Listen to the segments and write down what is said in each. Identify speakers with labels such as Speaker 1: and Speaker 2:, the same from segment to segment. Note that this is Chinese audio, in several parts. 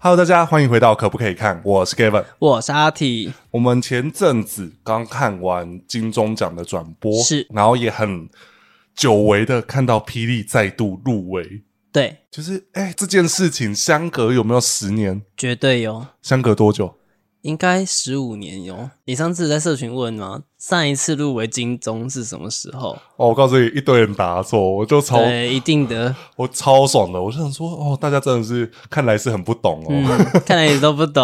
Speaker 1: Hello，大家欢迎回到可不可以看？我是 Gavin。
Speaker 2: 我是阿 T，
Speaker 1: 我们前阵子刚看完金钟奖的转播，
Speaker 2: 是
Speaker 1: 然后也很久违的看到霹雳再度入围，
Speaker 2: 对，
Speaker 1: 就是哎、这件事情相隔有没有十年？
Speaker 2: 绝对有，
Speaker 1: 相隔多久？
Speaker 2: 应该十五年有。你上次在社群问吗？上一次入围金钟是什么时候？
Speaker 1: 哦，我告诉你，一堆人答错，我就超
Speaker 2: 对，一定的，
Speaker 1: 我超爽的，我就想说，哦，大家真的是看来是很不懂哦。
Speaker 2: 嗯，看来你都不懂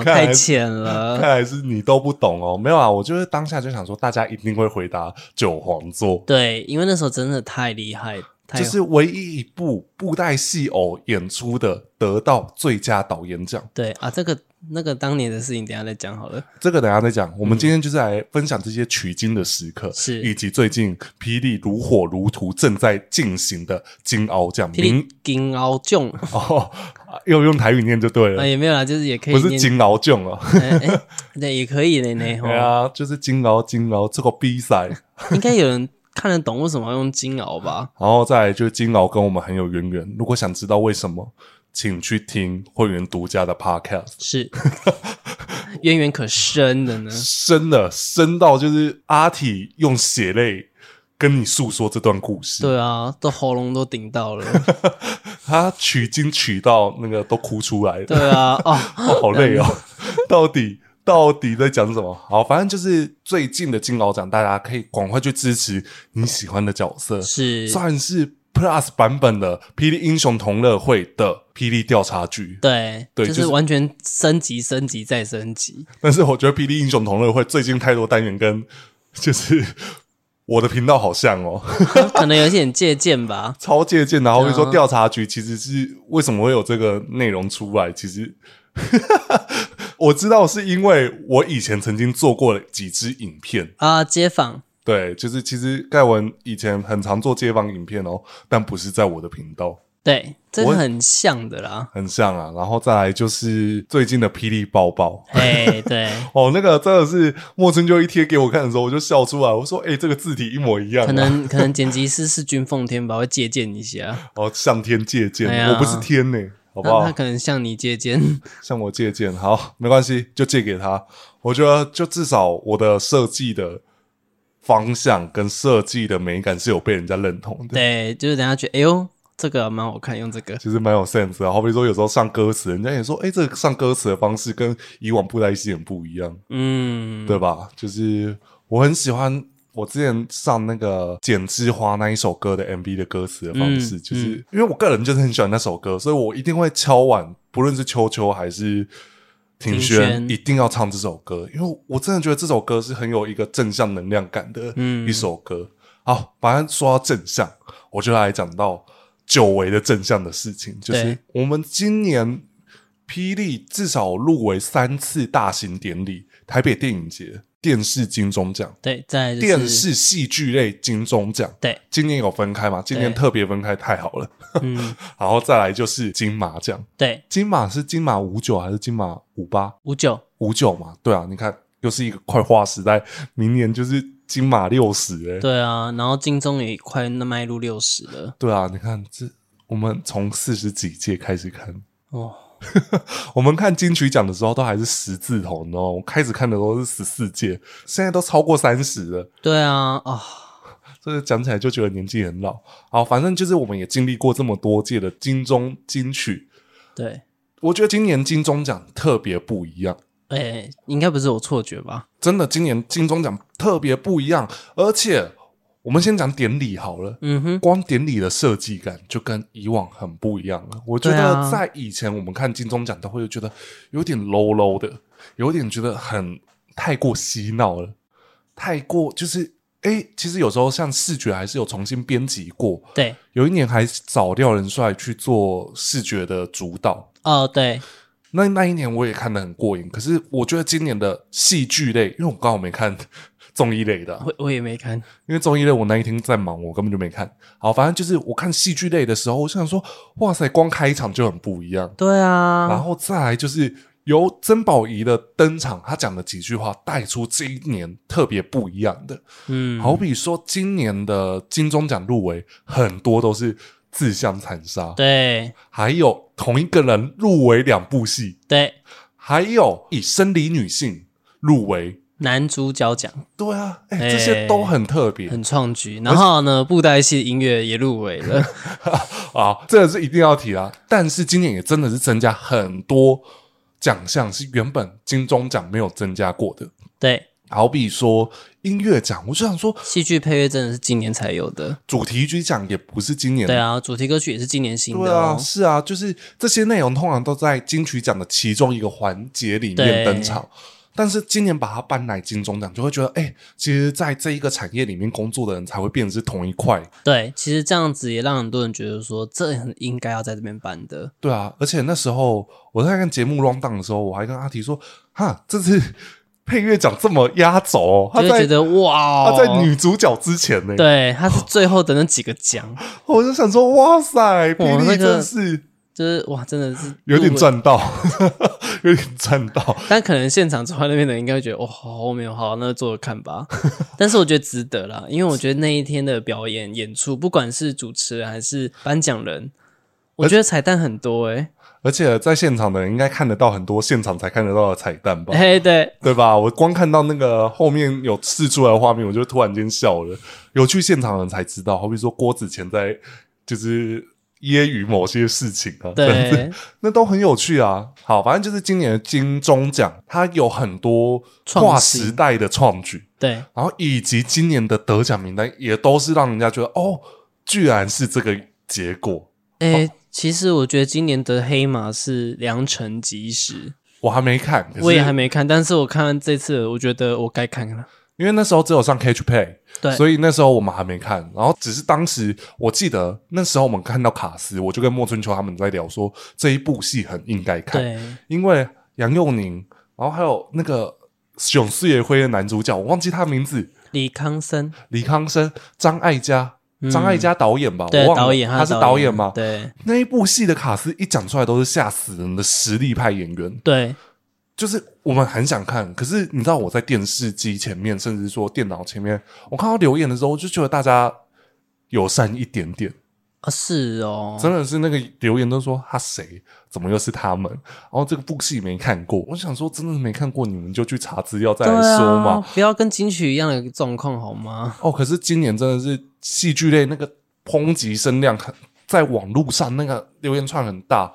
Speaker 1: 看来
Speaker 2: 太浅
Speaker 1: 看
Speaker 2: 了。
Speaker 1: 来是你都不懂哦，没有啊，我就是当下就想说，大家一定会回答九皇座，
Speaker 2: 对，因为那时候真的太厉害，太
Speaker 1: 就是唯一一部布袋戏偶演出的得到最佳导演奖。
Speaker 2: 对啊，这个那个当年的事情，等一下再讲好了。
Speaker 1: 这个等一下再讲，我们今天就是来分享这些取经的时刻，
Speaker 2: 是
Speaker 1: 以及最近霹雳如火如荼正在进行的金鳌奖
Speaker 2: 霹雳
Speaker 1: 名
Speaker 2: 金鳌奖
Speaker 1: 哦，又用台语念就对了，
Speaker 2: 啊，也没有啦，就是也可以
Speaker 1: 不是
Speaker 2: 念，
Speaker 1: 金鳌奖哦，
Speaker 2: 哎哎对，也可以的 呢。吼
Speaker 1: 对啊，就是金鳌金鳌这个比赛。
Speaker 2: 应该有人看得懂为什么要用金鳌吧？
Speaker 1: 然后再来就是金鳌跟我们很有渊源，如果想知道为什么，请去听会员独家的 podcast，
Speaker 2: 是渊源可深的 呢。
Speaker 1: 深的深到就是阿体用血泪跟你诉说这段故事，
Speaker 2: 对啊，都喉咙都顶到了。
Speaker 1: 他取经取到那个都哭出来了，
Speaker 2: 对啊，哦，
Speaker 1: 哦 好累哦， 到底。到底在讲什么？好，反正就是最近的金鳌奖，大家可以赶快去支持你喜欢的角色，
Speaker 2: 是，
Speaker 1: 算是 Plus 版本的《霹雳英雄同乐会》的《霹雳调查局》。
Speaker 2: 对，
Speaker 1: 对
Speaker 2: 就
Speaker 1: 就是
Speaker 2: 是完全升级、升级再 升级。
Speaker 1: 但是我觉得《霹雳英雄同乐会》最近太多单元跟就是我的频道好像哦，
Speaker 2: 可能有一点借鉴吧。
Speaker 1: 超借鉴的。然后会说
Speaker 2: 嗯
Speaker 1: 调查局其实是为什么会有这个内容出来？其实 我知道是因为我以前曾经做过几支影片，
Speaker 2: 啊，街坊
Speaker 1: 对，就是其实盖文以前很常做街访影片哦，但不是在我的频道。
Speaker 2: 对，这
Speaker 1: 我
Speaker 2: 个很像的啦。
Speaker 1: 很像啊，然后再来就是最近的霹雳包包，
Speaker 2: 哎， 对，
Speaker 1: 哦，那个真的是莫春秋一贴给我看的时候，我就笑出来。我说：“哎、这个字体一模一样、啊。”
Speaker 2: 可能可能剪辑师是君奉天吧，会借鉴一下。
Speaker 1: 哦，向天借鉴，
Speaker 2: 哎呀
Speaker 1: 我不是天呢、好不
Speaker 2: 那他
Speaker 1: 好？
Speaker 2: 可能向你 借鉴。
Speaker 1: 向我借鉴，好，没关系，就借给他。我觉得，就至少我的设计的方向跟设计的美感是有被人家认同的，
Speaker 2: 对，就是等下觉得，哎呦，这个蛮好看，用这个。
Speaker 1: 其实蛮有 sense 的。好比说，有时候上歌词，人家也说：“哎、这个上歌词的方式跟以往布袋戏很不一样。”
Speaker 2: 嗯，
Speaker 1: 对吧？就是我很喜欢我之前上那个《剪枝花》那一首歌的 MV 的歌词的方式，
Speaker 2: 嗯
Speaker 1: 就是、因为我个人就是很喜欢那首歌，所以我一定会敲碗，不论是秋秋还是庭轩，
Speaker 2: 庭轩
Speaker 1: 一定要唱这首歌，因为我真的觉得这首歌是很有一个正向能量感的
Speaker 2: 嗯
Speaker 1: 一首歌。好，反正说到正向，我就来讲到久违的正向的事情，就是
Speaker 2: 对
Speaker 1: 我们今年霹雳至少入围三次大型典礼：台北电影节、电视金钟奖、
Speaker 2: 对，再来就是
Speaker 1: 电视戏剧类金钟奖。
Speaker 2: 对，
Speaker 1: 今年有分开嘛？今年
Speaker 2: 对
Speaker 1: 特别分开，太好了。
Speaker 2: 嗯，
Speaker 1: 然后再来就是金马奖，
Speaker 2: 对，
Speaker 1: 金马是金马五九还是金马五八
Speaker 2: 五九，
Speaker 1: 五九嘛？对啊，你看又是一个快花时代，明年就是金马六十哎、
Speaker 2: 对啊，然后金钟也快那迈入六十了
Speaker 1: 对啊，你看这我们从四十几届开始看，
Speaker 2: 哦，
Speaker 1: 我们看金曲奖的时候都还是十字头，你知道吗？我开始看的时候是十四届，现在都超过三十了，
Speaker 2: 对啊，啊、
Speaker 1: 这个讲起来就觉得年纪很老。好，反正就是我们也经历过这么多届的金钟金曲，
Speaker 2: 对，
Speaker 1: 我觉得今年金钟奖特别不一样。
Speaker 2: 哎、应该不是我错觉吧？
Speaker 1: 真的，今年金钟奖特别不一样，而且我们先讲典礼好了。
Speaker 2: 嗯哼，
Speaker 1: 光典礼的设计感就跟以往很不一样了。我觉
Speaker 2: 对
Speaker 1: 得
Speaker 2: 啊
Speaker 1: 在以前我们看金钟奖都会觉得有点 low low 的，有点觉得很太过嬉闹了，太过就是诶，其实有时候像视觉还是有重新编辑过。
Speaker 2: 对，
Speaker 1: 有一年还找廖仁帅去做视觉的主导，
Speaker 2: 哦，对，
Speaker 1: 那那一年我也看得很过瘾。可是我觉得今年的戏剧类，因为我刚好没看综艺类的啊、
Speaker 2: 我我也没看，
Speaker 1: 因为综艺类我那一天在忙，我根本就没看。好，反正就是我看戏剧类的时候，我想说，哇塞，光开场就很不一样。
Speaker 2: 对
Speaker 1: 然
Speaker 2: 啊，
Speaker 1: 后再来就是由曾宝仪的登场，她讲的几句话带出这一年特别不一样的。
Speaker 2: 嗯，
Speaker 1: 好比说，今年的金钟奖入围很多都是自相残杀，
Speaker 2: 对
Speaker 1: 还有同一个人入围两部戏，
Speaker 2: 对，
Speaker 1: 还有以生理女性入围。
Speaker 2: 男主角奖
Speaker 1: 对啊，哎、
Speaker 2: 哎
Speaker 1: 这些都很特别、
Speaker 2: 很创举，然后呢，布袋戏音乐也入围了，
Speaker 1: 啊，这个是一定要提啦。但是今年也真的是增加很多奖项，是原本金钟奖没有增加过的。
Speaker 2: 对，
Speaker 1: 好比说音乐奖，我就想说
Speaker 2: 戏剧配乐真的是今年才有的，
Speaker 1: 主题曲奖也不是今年
Speaker 2: 对啊，主题歌曲也是今年新
Speaker 1: 对
Speaker 2: 的
Speaker 1: 啊，
Speaker 2: 哦，
Speaker 1: 是啊，就是这些内容通常都在金曲奖的其中一个环节里面
Speaker 2: 对
Speaker 1: 登场。但是今年把它搬来金钟奖，就会觉得，哎、其实在这一个产业里面工作的人才会变成是同一块，
Speaker 2: 对，其实这样子也让很多人觉得说，这很应该要在这边办的，
Speaker 1: 对啊。而且那时候我在看节目 round down 的时候，我还跟阿提说，哈，这次配乐奖这么压轴、哦，他
Speaker 2: 就会
Speaker 1: 在
Speaker 2: 觉得哇、哦，
Speaker 1: 他在女主角之前呢、
Speaker 2: 对，他是最后的那几个奖，
Speaker 1: 我就想说，哇塞，霹雳
Speaker 2: 那个
Speaker 1: 真是
Speaker 2: 就是哇，真的是
Speaker 1: 有点
Speaker 2: 入围
Speaker 1: 赚到， 有点赚到，
Speaker 2: 但可能现场坐在那边的人应该会觉得，哇、好后面有好，那就坐着看 吧。但是我觉得值得啦，因为我觉得那一天的表演演出，不管是主持人还是颁奖人，我觉得彩蛋很多欸诶、
Speaker 1: 而且在现场的人应该看得到很多现场才看得到的彩蛋吧
Speaker 2: 欸。， 嘿，对，
Speaker 1: 对吧？我光看到那个后面有试出来的画面，我就突然间笑了。有去现场的人才知道，好比说郭子乾在就是揶揄某些事情啊，这样子
Speaker 2: 对，
Speaker 1: 那都很有趣啊。好，反正就是今年的金钟奖，它有很多
Speaker 2: 创
Speaker 1: 跨
Speaker 2: 新
Speaker 1: 时代的创举，
Speaker 2: 对，
Speaker 1: 然后以及今年的得奖名单也都是让人家觉得哦，居然是这个结果。
Speaker 2: 诶、其实我觉得今年的黑马是良辰吉时，
Speaker 1: 我还没看，可是
Speaker 2: 我也还没看，但是我看完这次，我觉得我该看了。
Speaker 1: 因为那时候只有上 Catch Play，
Speaker 2: 对
Speaker 1: 所以那时候我们还没看。然后只是当时我记得那时候我们看到卡斯，我就跟莫春秋他们在聊说这一部戏很应该看，
Speaker 2: 对，
Speaker 1: 因为杨佑宁，然后还有那个囧四爷辉的男主角，我忘记他名字，
Speaker 2: 李康生，
Speaker 1: 李康生、张艾嘉。张艾嘉导演吧，
Speaker 2: 嗯对
Speaker 1: 我，忘了
Speaker 2: 导演，
Speaker 1: 他
Speaker 2: 是
Speaker 1: 是导演嘛？
Speaker 2: 对，
Speaker 1: 那一部戏的卡斯一讲出来都是吓死人的实力派演员，
Speaker 2: 对，
Speaker 1: 就是我们很想看，可是你知道我在电视机前面，甚至说电脑前面，我看到留言的时候，我就觉得大家友善一点点，
Speaker 2: 啊，是哦，
Speaker 1: 真的是那个留言都说他谁，怎么又是他们？然后这个部戏没看过，我想说真的没看过，你们就去查资料再
Speaker 2: 对
Speaker 1: 来说嘛。
Speaker 2: 啊，不要跟金曲一样的状况好吗？
Speaker 1: 哦，可是今年真的是戏剧类那个抨击声量很，在网络上那个留言串很大。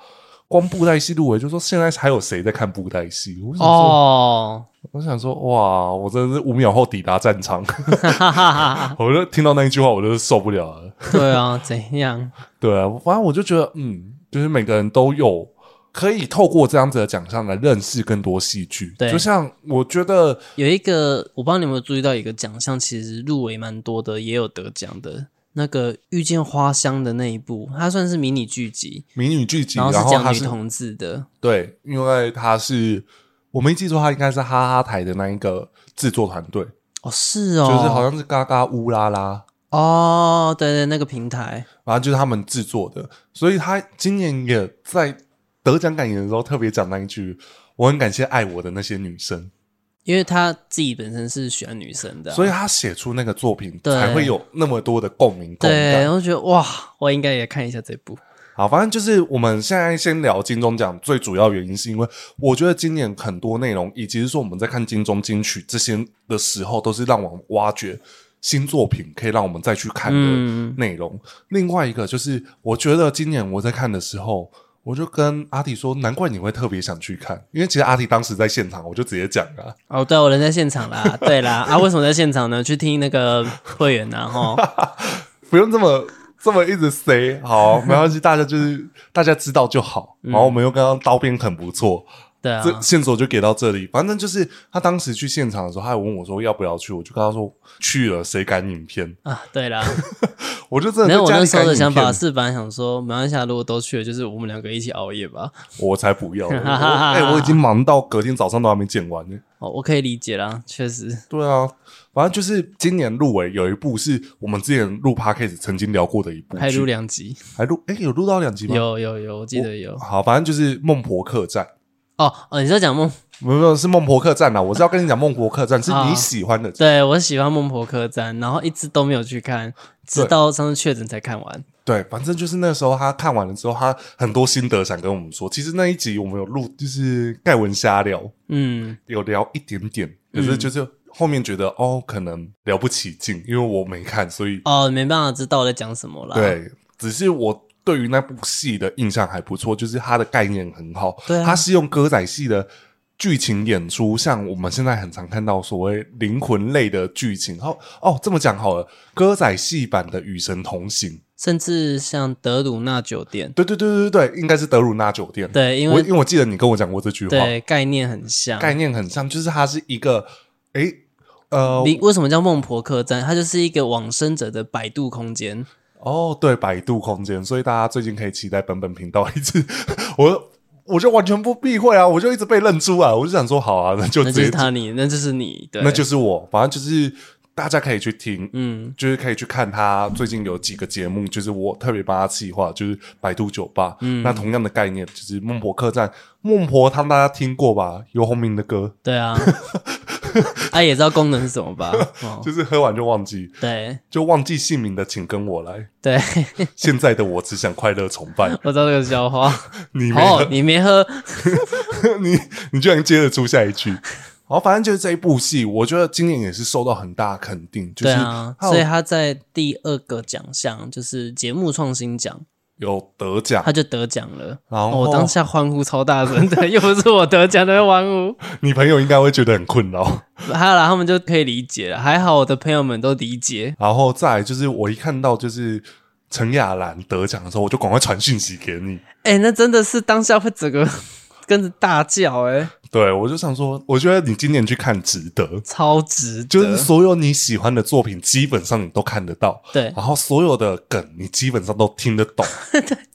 Speaker 1: 光布袋戏入围，就说现在还有谁在看布袋戏？我想说，
Speaker 2: 哦，
Speaker 1: 我想说，哇，我真的是五秒后抵达战场。
Speaker 2: 哈 哈哈哈！
Speaker 1: 我就听到那一句话，我就受不了了。
Speaker 2: 对 啊，怎样？
Speaker 1: 对啊，反正我就觉得，嗯，就是每个人都有可以透过这样子的奖项来认识更多戏剧。
Speaker 2: 对
Speaker 1: 就像我觉得
Speaker 2: 有一个，我不知道你有没有注意到，一个奖项其实入围蛮多的，也有得奖的。那个遇见花香的那一部，它算是迷你剧集，
Speaker 1: 迷你剧集，
Speaker 2: 然
Speaker 1: 然
Speaker 2: 后是
Speaker 1: 后它
Speaker 2: 讲女
Speaker 1: 是
Speaker 2: 同志的，
Speaker 1: 对，因为它是我没记错，它应该是哈哈台的那一个制作团队，
Speaker 2: 哦，是哦，
Speaker 1: 就是好像是嘎嘎乌拉拉，
Speaker 2: 哦，对对，那个平台，
Speaker 1: 然后就是他们制作的，所以他今年也在得奖感言的时候特别讲那一句。我很感谢爱我的那些女生，
Speaker 2: 因为他自己本身是喜欢女生的啊、
Speaker 1: 所以
Speaker 2: 以
Speaker 1: 他写出那个作品
Speaker 2: 对
Speaker 1: 才会有那么多的共鸣共
Speaker 2: 对，
Speaker 1: 感。
Speaker 2: 我就觉得哇，我应该也看一下这部，
Speaker 1: 好，反正就是我们现在先聊金钟奖，最主要原因是因为我觉得今年很多内容，以及是说我们在看金钟金曲这些的时候，都是让我们挖掘新作品，可以让我们再去看的
Speaker 2: 嗯
Speaker 1: 内容。另外一个就是，我觉得今年我在看的时候。我就跟阿迪说，难怪你会特别想去看，因为其实阿迪当时在现场，我就直接讲啊，
Speaker 2: 哦，对，我人在现场啦，对啦，啊，为什么在现场呢？去听那个会员啊然后
Speaker 1: 不用这么这么一直 say，好，没关系，大家就是大家知道就好。然后我们又刚刚刀边很不错，
Speaker 2: 对啊，
Speaker 1: 这线索就给到这里。反正就是他当时去现场的时候，他还问我说要不要去，我就跟他说去了，谁敢影片？
Speaker 2: 啊，对啦，
Speaker 1: 我就真
Speaker 2: 没
Speaker 1: 的在
Speaker 2: 有，我
Speaker 1: 家
Speaker 2: 那
Speaker 1: 里
Speaker 2: 时候
Speaker 1: 赶
Speaker 2: 的想
Speaker 1: 影
Speaker 2: 法
Speaker 1: 片，
Speaker 2: 是，本来想说，马来西亚如果都去了，就是我们两个一起熬夜吧。
Speaker 1: 我才不 要了。我哎，我已经忙到隔天早上都还没剪完呢。
Speaker 2: 哦，我可以理解啦，确实，
Speaker 1: 对啊，反正就是今年入围有一部是我们之前录 podcast 曾经聊过的一部
Speaker 2: 还录
Speaker 1: 剧，
Speaker 2: 两集，
Speaker 1: 还录哎有录到两集吗？
Speaker 2: 有有有，我记得有。
Speaker 1: 好，反正就是《孟婆客栈》。
Speaker 2: 哦哦，你在讲孟？
Speaker 1: 没有没有，是孟婆客栈啊啦。我是要跟你讲孟婆客栈，是
Speaker 2: 啊
Speaker 1: 你喜欢的。
Speaker 2: 对我喜欢孟婆客栈，然后一直都没有去看，直到上次确诊才看完。
Speaker 1: 对，反正就是那时候他看完了之后，他很多心得想跟我们说。其实那一集我们有录，就是盖文瞎聊，
Speaker 2: 嗯，
Speaker 1: 有聊一点点，可是就是后面觉得、哦，可能聊不起劲，因为我没看，所以
Speaker 2: 哦，啊没办法知道我在讲什么啦。，
Speaker 1: 对，只是我对于那部戏的印象还不错，就是它的概念很好。
Speaker 2: 对啊
Speaker 1: 它是用歌仔戏的剧情演出，像我们现在很常看到所谓灵魂类的剧情。哦哦，这么讲好了，歌仔戏版的《与神同行》。
Speaker 2: 甚至像德鲁纳酒店，
Speaker 1: 对对对对对，应该是德鲁纳酒店。
Speaker 2: 对，因
Speaker 1: 我
Speaker 2: 为
Speaker 1: 因为我记得你跟我讲过这句话，
Speaker 2: 对概念很像。
Speaker 1: 概念很像，就是它是一个诶呃
Speaker 2: 你为什么叫孟婆客栈？它就是一个往生者的百度空间。
Speaker 1: 哦，对，百度空间，所以大家最近可以期待本本频道一次。我我就完全不避讳啊，我就一直被认出啊，我就想说好啊，那就
Speaker 2: 那
Speaker 1: 直
Speaker 2: 就是
Speaker 1: 接，
Speaker 2: 他你，那就是你，对，
Speaker 1: 那就是我，反正就是大家可以去听，
Speaker 2: 嗯，
Speaker 1: 就是可以去看他最近有几个节目，就是我特别帮他企划，就是百度酒吧，嗯，那同样的概念就是孟婆客栈，孟婆汤大家听过吧？游鸿明的歌，
Speaker 2: 对啊， 他也知道功能是什么 吧？哦，
Speaker 1: 就是喝完就忘记，
Speaker 2: 对
Speaker 1: 就忘记姓名的，请跟我来。
Speaker 2: 对，
Speaker 1: 现在的我只想快乐崇拜
Speaker 2: 我知道这个笑话。
Speaker 1: 你没
Speaker 2: 哦，你没喝，
Speaker 1: 你你居然接着出下一句。好，反正就是这一部戏，我觉得今年也是受到很大的肯定，就
Speaker 2: 对
Speaker 1: 是
Speaker 2: 啊，
Speaker 1: 它
Speaker 2: 所以
Speaker 1: 有
Speaker 2: 他在第二个奖项就是节目创新奖，
Speaker 1: 有得奖
Speaker 2: 他。就得奖了。
Speaker 1: 然后
Speaker 2: 哦我当下欢呼超大声 的，又不是我得奖的欢呼。
Speaker 1: 你朋友应该会觉得很困扰。
Speaker 2: 还有啦，他们就可以理解了。还好我的朋友们都理解。
Speaker 1: 然后再来就是，我一看到就是陈雅兰得奖的时候，我就赶快传讯息给你。
Speaker 2: 哎、那真的是当下会整个 跟着大叫、哎，
Speaker 1: 对，我就想说，我觉得你今年去看值得，
Speaker 2: 超值得。
Speaker 1: 就是所有你喜欢的作品，基本上你都看得到，
Speaker 2: 对，
Speaker 1: 然后所有的梗你基本上都听得懂。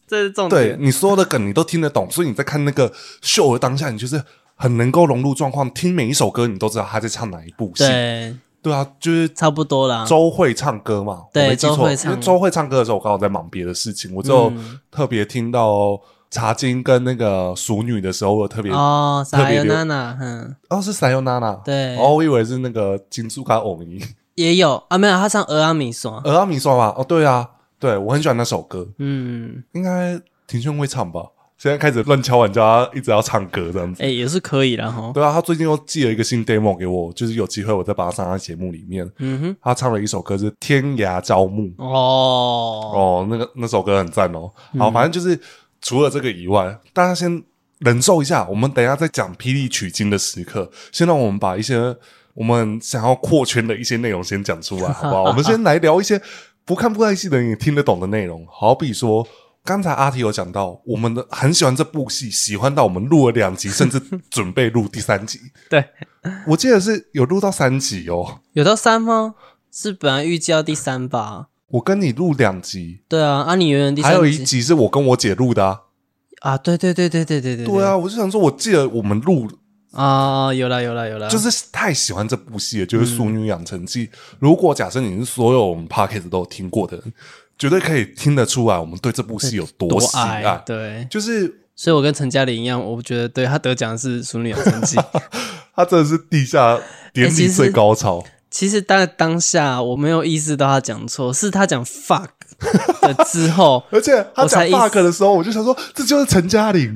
Speaker 2: 这是重
Speaker 1: 对
Speaker 2: 点。
Speaker 1: 你所有的梗你都听得懂， 所以你在看那个秀的当下，你就是很能够融入状况，听每一首歌你都知道他在唱哪一部戏。
Speaker 2: 对，
Speaker 1: 对啊，就是
Speaker 2: 差不多啦。
Speaker 1: 周慧唱歌嘛，
Speaker 2: 对
Speaker 1: 我没记
Speaker 2: 周
Speaker 1: 错。
Speaker 2: 慧
Speaker 1: 因
Speaker 2: 唱嗯
Speaker 1: 为周慧唱歌的时候，我刚好在忙别的事情，我就特别听到茶金跟那个熟女的时候，我有特别哦
Speaker 2: 哦，
Speaker 1: 特
Speaker 2: 撒
Speaker 1: 别
Speaker 2: 尤
Speaker 1: 留
Speaker 2: 娜娜，嗯，
Speaker 1: 是塞尤娜娜，
Speaker 2: 对
Speaker 1: 哦，我以为是那个金珠卡偶尼，
Speaker 2: 也有啊，没有，他唱《俄阿米索》。
Speaker 1: 俄阿米说嘛，哦，对啊，对我很喜欢那首歌，
Speaker 2: 嗯，
Speaker 1: 应该庭轩会唱吧。现在开始乱敲碗，叫他一直要唱歌这样子
Speaker 2: 哎、。也是可以啦。哈。
Speaker 1: 对啊，他最近又寄了一个新 demo 给我，就是有机会我再把它上在节目里面。
Speaker 2: 嗯哼，
Speaker 1: 他唱了一首歌是《天涯招募》，
Speaker 2: 哦，
Speaker 1: 哦，那个那首歌很赞哦。好，反正就是除了这个以外，大家先忍受一下，我们等一下再讲霹雳取经的时刻。先让我们把一些我们想要扩圈的一些内容先讲出来，好不好？我们先来聊一些不看不爱戏的人也听得懂的内容，好比说。刚才阿提有讲到，我们的很喜欢这部戏，喜欢到我们录了两集，甚至准备录第三集。
Speaker 2: 对，
Speaker 1: 我记得是有录到三集哦。
Speaker 2: 有到三吗？是本来预计要第三吧？
Speaker 1: 我跟你录两集，
Speaker 2: 对啊，啊，你原本第三
Speaker 1: 还
Speaker 2: 集
Speaker 1: 有一集是我跟我姐录的啊。
Speaker 2: 啊，对对对对对对对
Speaker 1: 对啊，我就想说，我记得我们录
Speaker 2: 啊，有啦有啦有啦，
Speaker 1: 就是太喜欢这部戏了，
Speaker 2: 嗯
Speaker 1: 就是《淑女养成记》如果假设你是所有我们 p o c k e t 都有听过的人，绝对可以听得出来，我们对这部戏有
Speaker 2: 多
Speaker 1: 喜啊
Speaker 2: 矮
Speaker 1: 爱。
Speaker 2: 对，
Speaker 1: 就是
Speaker 2: 所以我跟陈嘉玲一样，我觉得对他得奖的是《淑女养成 记》。
Speaker 1: 它真的是地下典
Speaker 2: 欸其
Speaker 1: 礼
Speaker 2: 实
Speaker 1: 最高潮，
Speaker 2: 其实当当下我没有意识到他讲错，是他讲 fuck 的之后
Speaker 1: ，而且他
Speaker 2: 我
Speaker 1: 讲
Speaker 2: 才意思
Speaker 1: bug 的时候，我就想说，这就是陈嘉 玲。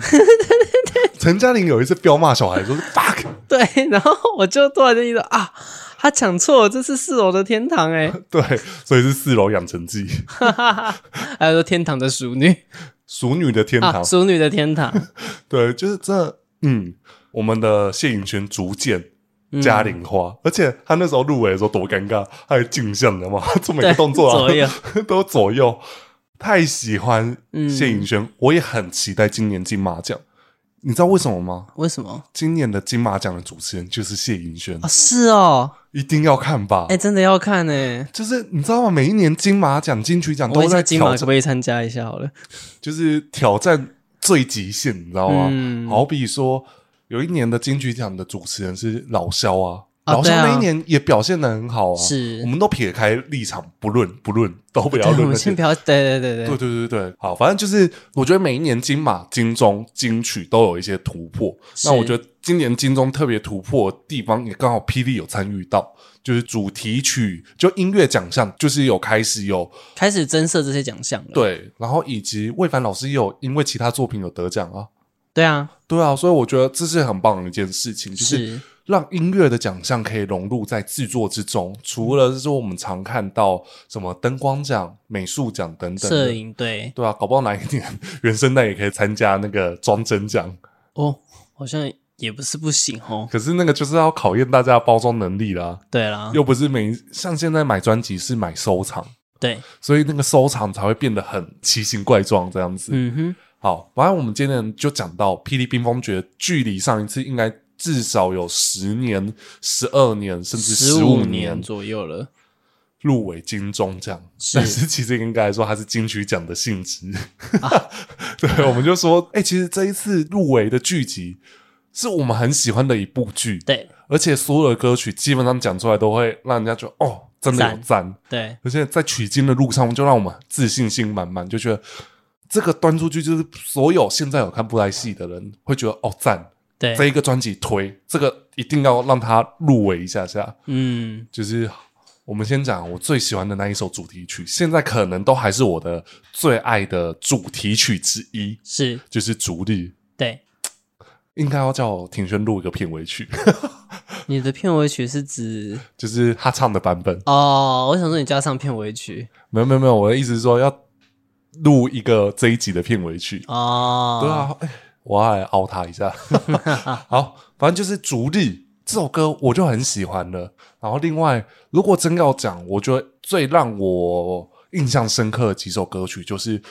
Speaker 1: 陈嘉玲有一次彪骂小孩说 “fuck”，
Speaker 2: 对，然后我就突然就意识到啊，他讲错了，这是四楼的天堂哎、
Speaker 1: 对，所以是四楼养成记，
Speaker 2: 哈哈哈，还有说天堂的熟女
Speaker 1: 熟女的天
Speaker 2: 啊，
Speaker 1: 堂。
Speaker 2: 熟女的天堂，
Speaker 1: 对，就是这，嗯，我们的谢颖轩逐渐
Speaker 2: 嗯
Speaker 1: 嘉玲化，而且他那时候入围的时候多尴尬，他还镜像，你知道吗？他 做 每个
Speaker 2: 对
Speaker 1: 动作、啊、
Speaker 2: 左右
Speaker 1: 都左右，太喜欢
Speaker 2: 嗯
Speaker 1: 谢颖轩，我也很期待今年金马奖。你知道为什么吗？
Speaker 2: 为什么
Speaker 1: 今年的金马奖的主持人就是谢颖轩，
Speaker 2: 啊？是哦，
Speaker 1: 一定要看吧
Speaker 2: 哎、。真的要看哎、
Speaker 1: 就是你知道吗？每一年金马奖、金曲奖
Speaker 2: 我
Speaker 1: 都
Speaker 2: 一下
Speaker 1: 在
Speaker 2: 金马
Speaker 1: 挑
Speaker 2: 可不
Speaker 1: 战，
Speaker 2: 可以参加一下好了？
Speaker 1: 就是挑战最极限，你知道吗？
Speaker 2: 嗯
Speaker 1: 好比说，有一年的金曲奖的主持人是老萧啊，老
Speaker 2: 对
Speaker 1: 乡
Speaker 2: 啊
Speaker 1: 那一年也表现的很好啊。
Speaker 2: 是
Speaker 1: 我们都撇开立场不论，不论都不要
Speaker 2: 对，我
Speaker 1: 论那
Speaker 2: 们
Speaker 1: 些
Speaker 2: 先不要，对对对
Speaker 1: 对，对对对，好，反正就是我觉得每一年金马、金钟、金曲都有一些突破。那
Speaker 2: 是
Speaker 1: 我觉得今年金钟特别突破的地方，也刚好霹雳有参与到，就是主题曲就音乐奖项，就是有开始有
Speaker 2: 开始增设这些奖项了。
Speaker 1: 对，然后以及魏凡老师也有因为其他作品有得奖啊，
Speaker 2: 对啊，
Speaker 1: 对啊，所以我觉得这是很棒的一件事情，就是
Speaker 2: 是
Speaker 1: 让音乐的奖项可以融入在制作之中。除了是我们常看到什么灯光奖、美术奖等等的
Speaker 2: 摄影对
Speaker 1: 对啊，搞不好哪一年 原声带也可以参加那个装帧奖，
Speaker 2: 哦，好像也不是不行哦。
Speaker 1: 可是那个就是要考验大家的包装能力啦，
Speaker 2: 对啦，
Speaker 1: 又不是每像现在买专辑是买收藏，
Speaker 2: 对，
Speaker 1: 所以那个收藏才会变得很奇形怪状这样子。
Speaker 2: 嗯哼，
Speaker 1: 好，反正我们今天就讲到《霹雳冰封诀》，距离上一次应该至少有十年、十二年，甚至
Speaker 2: 十
Speaker 1: 五
Speaker 2: 年左右了，
Speaker 1: 入围金钟奖，
Speaker 2: 是
Speaker 1: 但是其实应该来说它是金曲奖的性质。对，我们就说，哎、其实这一次入围的剧集是我们很喜欢的一部剧，
Speaker 2: 对
Speaker 1: 而且所有的歌曲基本上讲出来都会让人家觉得哦，真的有
Speaker 2: 赞
Speaker 1: 赞，
Speaker 2: 对，
Speaker 1: 而且在取经的路上就让我们自信心满满，就觉得这个端出去就是所有现在有看布莱戏的人会觉得哦赞，
Speaker 2: 对，
Speaker 1: 这一个专辑推这个一定要让它入围一下下。
Speaker 2: 嗯，
Speaker 1: 就是我们先讲我最喜欢的那一首主题曲，现在可能都还是我的最爱的主题曲之一，
Speaker 2: 是
Speaker 1: 就是《逐日》，
Speaker 2: 对。
Speaker 1: 应该要叫庭轩录一个片尾曲，
Speaker 2: 你的片尾曲是指
Speaker 1: 就是他唱的版本。
Speaker 2: 哦？我想说你加上片尾曲
Speaker 1: 没有没有没有，我的意思是说要录一个这一集的片尾曲。
Speaker 2: 哦，
Speaker 1: 对，啊，哎我要来凹他一 下。好，反正就是《逐日》这首歌我就很喜欢了。然后另外，如果真要讲，我觉得最让我印象深刻的几首歌曲，就是《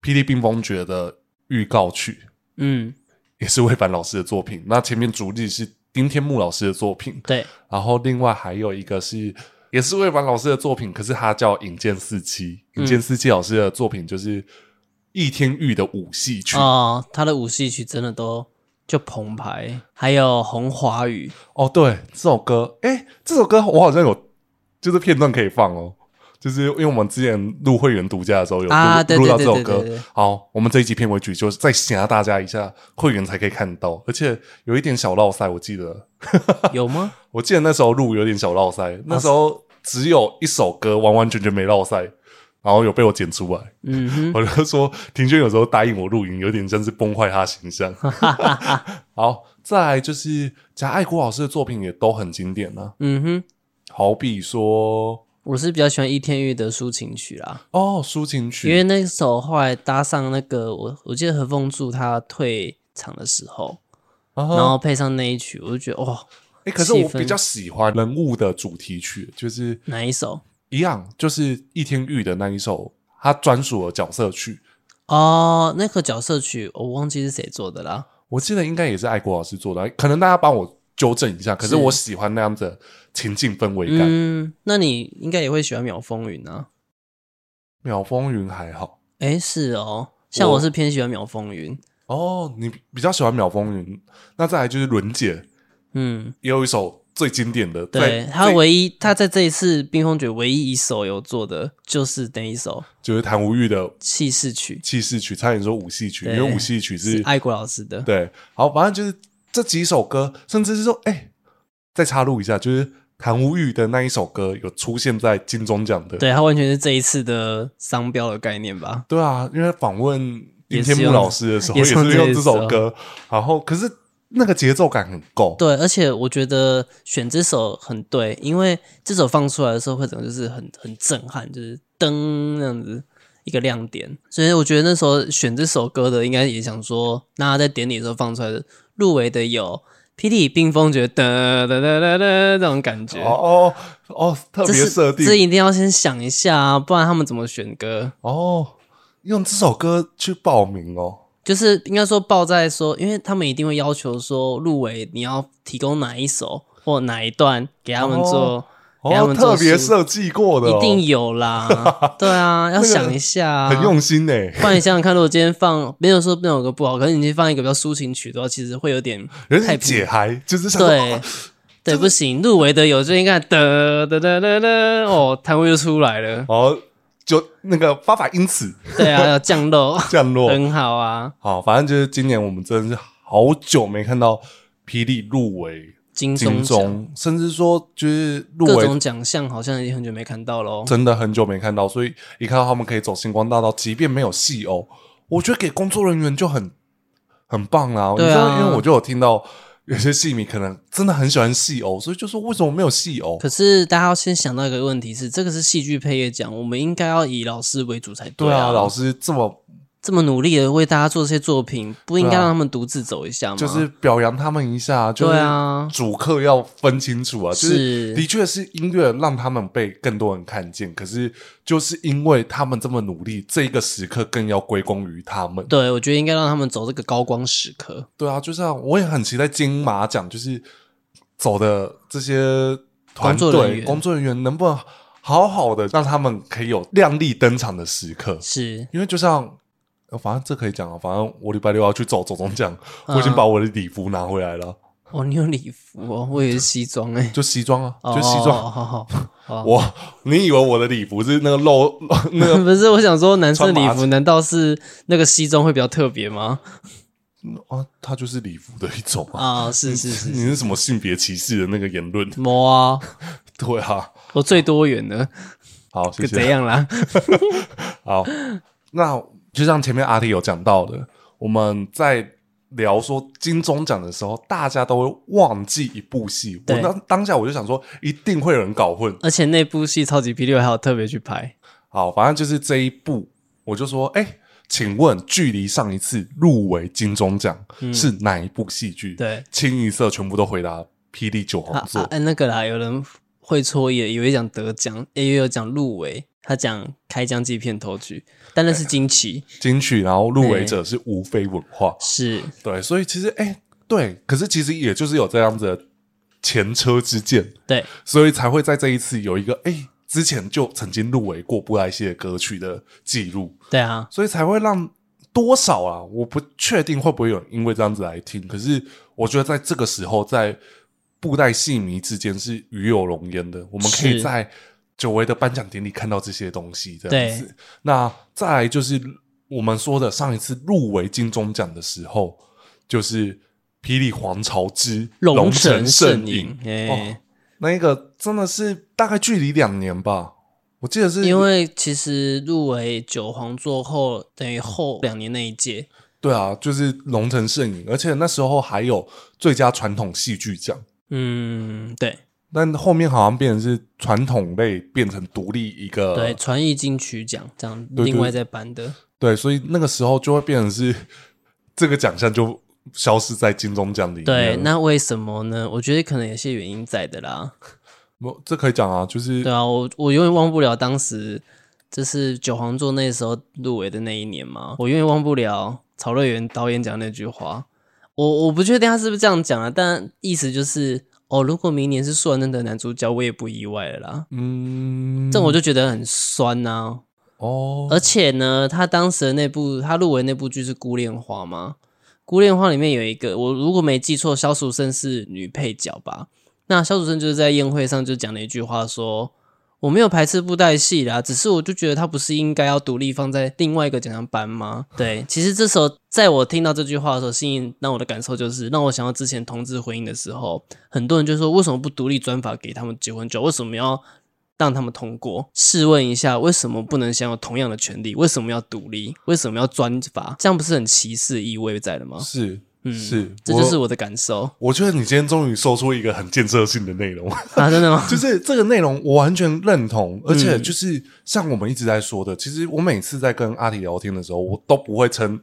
Speaker 1: 霹雳冰封诀》的预告曲，
Speaker 2: 嗯，
Speaker 1: 也是魏凡老师的作品。那前面《逐日》是丁天木老师的作品，
Speaker 2: 对，
Speaker 1: 然后另外还有一个是。也是魏凡老师的作品，可是他叫尹建四七。尹建四七老师的作品就是《易天玉的舞戏曲》
Speaker 2: 哦，他的五戏曲真的都就澎湃，还有红华语，
Speaker 1: 哦，对，这首歌，诶，这首歌我好像有，就是片段可以放哦，就是因为我们之前录会员独家的时候有录、
Speaker 2: 啊对
Speaker 1: 录到这
Speaker 2: 对
Speaker 1: 首
Speaker 2: 对
Speaker 1: 歌
Speaker 2: 对对对。
Speaker 1: 好，我们这一集片尾曲就是再吓大家一下，会员才可以看到，而且有一点小绕塞，我记得，
Speaker 2: 有吗？
Speaker 1: 我记得那时候录有点小绕塞，那时候只有一首歌完完全全没绕塞，然后有被我剪出来。
Speaker 2: 嗯哼，
Speaker 1: 我就说，庭轩有时候答应我录影，有点像是崩坏他形 象。好，再来就是贾爱国老师的作品也都很经典啊，
Speaker 2: 嗯哼，
Speaker 1: 好比说
Speaker 2: 我是比较喜欢易天玉的抒情曲啦，
Speaker 1: 哦，抒情
Speaker 2: 因
Speaker 1: 曲
Speaker 2: 为那首后来搭上那个我我记得何凤柱他退场的时候，
Speaker 1: 啊哈，
Speaker 2: 然后配上那一曲，我就觉得哦哇、
Speaker 1: 诶可是我
Speaker 2: 气氛
Speaker 1: 比较喜欢人物的主题曲，就是
Speaker 2: 哪一首？
Speaker 1: 一样，就是易天玉的那一首他专属的角色曲，
Speaker 2: 哦，那个角色曲我忘记是谁做的啦。
Speaker 1: 我记得应该也是爱国老师做的，可能大家帮我纠正一下。可是
Speaker 2: 是
Speaker 1: 我喜欢那样子的情境氛围感，
Speaker 2: 嗯，那你应该也会喜欢《秒风云》啊？
Speaker 1: 秒风云》还好。
Speaker 2: 诶，是哦，像
Speaker 1: 我
Speaker 2: 我是偏喜欢《秒风云》。
Speaker 1: 哦，你比较喜欢《秒风云》，那再来就是伦姐，
Speaker 2: 嗯，
Speaker 1: 也有一首最经典的，
Speaker 2: 对
Speaker 1: 在
Speaker 2: 他
Speaker 1: 在
Speaker 2: 唯一他在这一次《冰封诀》唯一一首有做的就是那一首
Speaker 1: 就是谭无欲的
Speaker 2: 气势曲，
Speaker 1: 气势曲，差点说舞戏曲，因
Speaker 2: 对
Speaker 1: 为舞戏曲是
Speaker 2: 是爱国老师的。
Speaker 1: 对，好，反正就是这几首歌，甚至是说，哎、再插入一下，就是谭无欲的那一首歌有出现在金钟奖的，
Speaker 2: 对，他完全是这一次的商标的概念吧？
Speaker 1: 对啊，因为访问林
Speaker 2: 也
Speaker 1: 天木
Speaker 2: 是用
Speaker 1: 老师的时候，也
Speaker 2: 也
Speaker 1: 是
Speaker 2: 是用
Speaker 1: 用
Speaker 2: 这
Speaker 1: 这
Speaker 2: 一
Speaker 1: 首
Speaker 2: 首
Speaker 1: 歌，然后可是那个节奏感很够，
Speaker 2: 对，而且我觉得选这首很对，因为这首放出来的时候会整个就是很很震撼，就是噔那样子一个亮点。所以我觉得那时候选这首歌的，应该也想说，那在典礼的时候放出来的入围的有《霹雳冰封诀》哒哒哒哒哒这种感觉。
Speaker 1: 哦哦哦，特
Speaker 2: 这
Speaker 1: 别
Speaker 2: 是
Speaker 1: 设定，
Speaker 2: 这一定要先想一下啊，不然他们怎么选歌？
Speaker 1: 哦，用这首歌去报名哦。
Speaker 2: 就是应该说报在说，因为他们一定会要求说入围你要提供哪一首或哪一段给他们做，给他
Speaker 1: 哦，
Speaker 2: 们做
Speaker 1: 特别
Speaker 2: 书
Speaker 1: 设计过的、哦，
Speaker 2: 一定有 啦。对啊，要
Speaker 1: 个
Speaker 2: 想一下、啊，
Speaker 1: 很用心呢、欸
Speaker 2: 不然你想想看，如果今天放没有说那首 歌不好，可是你今天放一个比较抒情曲的话，其实会有点
Speaker 1: 有
Speaker 2: 太
Speaker 1: 点
Speaker 2: 平
Speaker 1: 解嗨，就是想说
Speaker 2: 对
Speaker 1: 啊。。
Speaker 2: 对，不行，入围的有就应该得得得得得，哦，摊位就出来了
Speaker 1: 哦，就那个发法因此
Speaker 2: 对 啊，有降肉，
Speaker 1: 降落。
Speaker 2: 很好啊，
Speaker 1: 好，反正就是今年我们真的是好久没看到霹雳入围
Speaker 2: 金
Speaker 1: 金
Speaker 2: 钟奖
Speaker 1: 钟，甚至说就是入
Speaker 2: 各
Speaker 1: 围
Speaker 2: 种奖项好像已经很久没看到喽。
Speaker 1: 真的很久没看到，所以一看到他们可以走星光大道，即便没有戏偶，我觉得给工作人员就很很棒啦、你
Speaker 2: 对啊
Speaker 1: 知道，因为我就有听到有些戏迷可能真的很喜欢戏偶，所以就说为什么没有戏哦偶？
Speaker 2: 可是大家要先想到一个问题是，这个是戏剧配乐奖，我们应该要以老师为主才
Speaker 1: 对
Speaker 2: 啊。
Speaker 1: 啊，老师这么
Speaker 2: 这么努力的为大家做这些作品，不应该
Speaker 1: 对啊
Speaker 2: 让他们独自走一下吗？
Speaker 1: 就是表扬他们一下，就是
Speaker 2: 对啊
Speaker 1: 主客要分清楚啊，就是
Speaker 2: 是
Speaker 1: 的确是音乐让他们被更多人看见，可是就是因为他们这么努力，这一个时刻更要归功于他们。
Speaker 2: 对，我觉得应该让他们走这个高光时刻。
Speaker 1: 对啊，就像我也很期待金马奖，就是走的这些团
Speaker 2: 工作人
Speaker 1: 队
Speaker 2: 员
Speaker 1: 工作人员能不能好好的让他们可以有亮丽登场的时刻，
Speaker 2: 是，
Speaker 1: 因为就像。呃反正这可以讲啊，反正我礼拜六要去走走中奖，
Speaker 2: 嗯
Speaker 1: 我已经把我的礼服拿回来了，
Speaker 2: 哦，你有礼 服哦，我以为是西装哎、
Speaker 1: 就西装啊，
Speaker 2: 哦
Speaker 1: 就西装。
Speaker 2: 好好好，
Speaker 1: 我，你以为我的礼服是那个露 那个？
Speaker 2: 不是，我想说，男生
Speaker 1: 穿
Speaker 2: 礼
Speaker 1: 麻
Speaker 2: 服难道是那个西装会比较特别 吗？
Speaker 1: 啊，它就是礼服的一种啊。
Speaker 2: 啊，是是是，
Speaker 1: 你是什么性别歧视的那个言论？
Speaker 2: 摸啊，
Speaker 1: 对啊，
Speaker 2: 我最多元的，
Speaker 1: 好，谢谢。
Speaker 2: 怎样啦？
Speaker 1: 好，那就像前面阿 T 有讲到的，我们在聊说金钟奖的时候，大家都会忘记一部戏。我
Speaker 2: 对
Speaker 1: 当当下我就想说，一定会有人搞混。
Speaker 2: 而且那部戏《超级霹雳》还有特别去拍，
Speaker 1: 好，反正就是这一部，我就说，哎、请问距离上一次入围金钟奖是哪一部戏剧？
Speaker 2: 嗯对
Speaker 1: 清一色全部都回答《霹雳九
Speaker 2: 啊
Speaker 1: 皇座
Speaker 2: 啊，》哎那个啦，有人会错意了，以为讲得奖，也有讲入围，他讲开疆记片头曲，但那是
Speaker 1: 啊
Speaker 2: 惊奇，
Speaker 1: 金曲，然后入围者是无非文化。
Speaker 2: 是
Speaker 1: 对，所以其实哎、对，可是其实也就是有这样子的前车之鉴，
Speaker 2: 对，
Speaker 1: 所以才会在这一次有一个哎、之前就曾经入围过布莱希的歌曲的记录，
Speaker 2: 对啊，
Speaker 1: 所以才会让多少啊，我不确定会不会有人因为这样子来听，可是我觉得在这个时候，在布袋戏迷之间是与有荣焉的，我们可以
Speaker 2: 是
Speaker 1: 在久违的颁奖典礼看到这些东西，这样子。那再来就是我们说的上一次入围金钟奖的时候，就是《霹雳皇朝之
Speaker 2: 龙
Speaker 1: 城
Speaker 2: 城
Speaker 1: 圣
Speaker 2: 圣
Speaker 1: 影
Speaker 2: 影，》
Speaker 1: 哦
Speaker 2: 哎，，
Speaker 1: 那一个真的是大概距离两年吧，我记得是
Speaker 2: 因为其实入围九皇座后，等于后两年那一届，
Speaker 1: 对啊，就是龙城摄影，而且那时候还有最佳传统戏剧奖，
Speaker 2: 嗯，对
Speaker 1: 但后面好像变成是传统类变成独立一个
Speaker 2: 对，传艺金曲奖这样
Speaker 1: 呃对对
Speaker 2: 另外再颁的，
Speaker 1: 对所以那个时候就会变成是这个奖项就消失在金钟奖里面。
Speaker 2: 对，那为什么呢？我觉得可能有些原因在的啦。
Speaker 1: 我这可以讲啊，就是
Speaker 2: 对啊，我我永远忘不了当时就是九皇座那时候入围的那一年嘛，我永远忘不了曹瑞元导演讲那句话。我我不确定他是不是这样讲啊，但意思就是哦，如果明年是素还真的男主角，我也不意外了啦。
Speaker 1: 嗯，
Speaker 2: 这我就觉呃得很酸呐、
Speaker 1: 哦，
Speaker 2: 而且呢，他当时的那部他入围那部剧是《孤恋花》吗？《孤恋花》里面有一个，我如果没记错，萧淑慎是女配角吧？那萧淑慎就是在宴会上就讲了一句话说。我没有排斥布袋戏啦，只是我就觉得它不是应该要独立放在另外一个奖项班 吗？对，其实这时候在我听到这句话的时候，心里让我的感受就是，让我想到之前同志婚姻的时候，很多人就说为什么不独立专法给他们结婚酒？为什么要让他们通过？试问一下，为什么不能享有同样的权利？为什么要独立？为什么要专法？这样不是很歧视意味在了吗？
Speaker 1: 是
Speaker 2: 嗯，
Speaker 1: 是
Speaker 2: 这就是
Speaker 1: 我。
Speaker 2: 我的感受
Speaker 1: 我觉得你今天终于说出一个很建设性的内容，
Speaker 2: 啊！真的 吗？
Speaker 1: 就是这个内容我完全认同，而
Speaker 2: 嗯
Speaker 1: 且就是像我们一直在说的，其实我每次在跟阿体聊天的时候，我都不会称，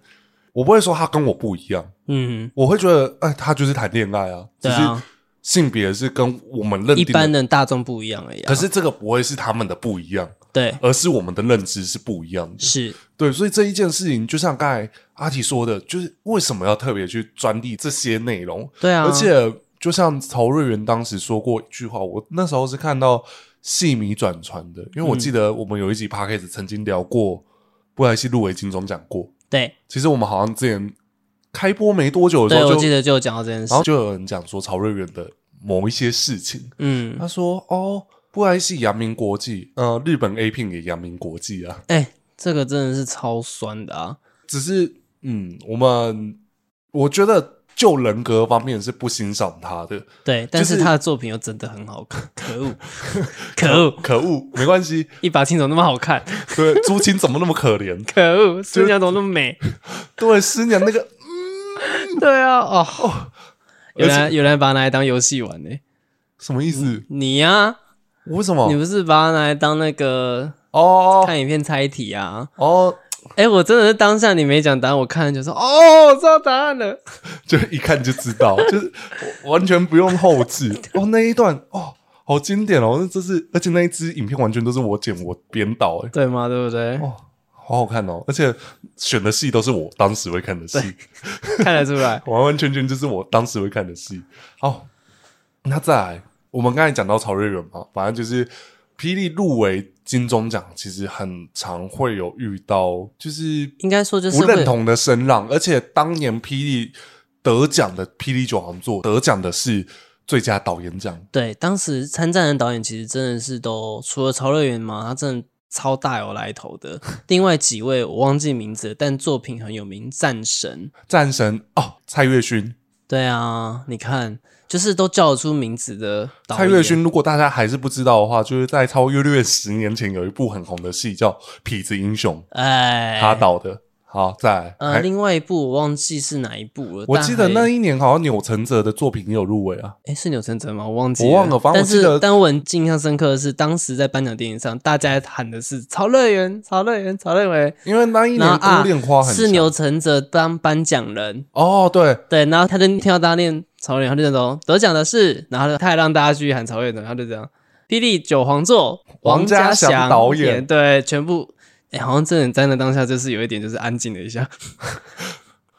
Speaker 1: 我不会说他跟我不一样，
Speaker 2: 嗯，
Speaker 1: 我会觉得，哎，他就是谈恋爱啊，只
Speaker 2: 对
Speaker 1: 是
Speaker 2: 啊
Speaker 1: 性别是跟我们认定的
Speaker 2: 一般人大众不一样而已、啊。
Speaker 1: 可是这个不会是他们的不一样，
Speaker 2: 对，
Speaker 1: 而是我们的认知是不一样的。
Speaker 2: 是
Speaker 1: 对，所以这一件事情，就像刚才阿体说的，就是为什么要特别去专利这些内容？
Speaker 2: 对啊，
Speaker 1: 而且就像曹瑞元当时说过一句话，我那时候是看到戏迷转传的，因为
Speaker 2: 嗯
Speaker 1: 我记得我们有一集 p a c a s t 曾经聊过布莱希入围金钟奖过。
Speaker 2: 对
Speaker 1: 其实我们好像之前开播没多久的
Speaker 2: 对，
Speaker 1: 时候
Speaker 2: 我
Speaker 1: 就，
Speaker 2: 记得就有讲到这件事
Speaker 1: 然后。就有人讲说曹瑞元的某一些事情。
Speaker 2: 嗯，
Speaker 1: 他说：“哦，布莱希扬名国际，呃，日本 A 片也扬名国际啊，
Speaker 2: 哎、这个真的是超酸的啊！
Speaker 1: 只是嗯，我们我觉得就人格方面是不欣赏他的，
Speaker 2: 对，但
Speaker 1: 就是
Speaker 2: 是他的作品又真的很好看，可 恶，可恶！
Speaker 1: 可恶，没关系，
Speaker 2: 一把青怎么那么好看？
Speaker 1: 对，朱青怎么那么可怜？
Speaker 2: 可恶，孙娘怎么那 么美？
Speaker 1: 对，师娘那个，
Speaker 2: 对啊，哦，有
Speaker 1: 而
Speaker 2: 人有人把它拿来当游戏玩呢、
Speaker 1: 什么意思？
Speaker 2: 你呀、
Speaker 1: 为什么
Speaker 2: 你？不是把它拿来当那个
Speaker 1: 哦
Speaker 2: 看影片猜题啊？
Speaker 1: 哦，
Speaker 2: 哎、我真的是当下你没讲答案，我看了就说哦，我知道答案了。
Speaker 1: 就一看就知道， 就是完全不用后置。 哦，那一段哦，好经典哦，那这是，而且那一支影片完全都是我剪我编导，哎，
Speaker 2: 对吗？对不对？
Speaker 1: 哦，好好看哦，而且选的戏都是我当时会看的戏，
Speaker 2: 看得出来。
Speaker 1: 完完全全就是我当时会看的戏。好，那再来，我们刚才讲到曹瑞仁嘛，反正就是霹雳入围金钟奖，其实很常会有遇到，就是
Speaker 2: 应该说就是
Speaker 1: 不认
Speaker 2: 会
Speaker 1: 同的声浪，而且当年霹雳得奖的霹雳九行座得奖的是最佳导演奖，
Speaker 2: 对，当时参战的导演其实真的是都除了曹乐园嘛，他真的超大有来头的。另外几位我忘记名字了，但作品很有名，《战神》。
Speaker 1: 战神哦，蔡岳勋。
Speaker 2: 对啊，你看，就是都叫得出名字的导
Speaker 1: 蔡
Speaker 2: 演。
Speaker 1: 岳勋，如果大家还是不知道的话，就是在超越略十年前有一部很红的戏叫《痞子英雄》，
Speaker 2: 哎，
Speaker 1: 他导的。好，再来，哎
Speaker 2: 呃，
Speaker 1: 还
Speaker 2: 另外一部我忘记是哪一部了。
Speaker 1: 我
Speaker 2: 但
Speaker 1: 记得
Speaker 2: 还
Speaker 1: 那一年好像钮承泽的作品也有入围啊。
Speaker 2: 哎，是钮承泽吗？我忘记
Speaker 1: 我忘了反正我
Speaker 2: 但
Speaker 1: 记得
Speaker 2: 是，但我很印象深刻的是，当时在颁奖典礼上，大家喊的是“曹乐园，曹乐园，曹乐园
Speaker 1: 因为那”，一
Speaker 2: 然后
Speaker 1: 年
Speaker 2: 啊
Speaker 1: 孤恋花，很
Speaker 2: 是
Speaker 1: 强
Speaker 2: 钮承泽当颁奖人，
Speaker 1: 哦，对，
Speaker 2: 对，然后他就听到大家念“曹乐园”，他就那种得奖的是，然后他也让大家继续喊“曹乐园”，他就这样。霹雳九皇座，
Speaker 1: 王
Speaker 2: 王
Speaker 1: 家祥
Speaker 2: 祥
Speaker 1: 导演
Speaker 2: 对，全部，哎，好像真的在那当下，就是有一点就是安静了一下。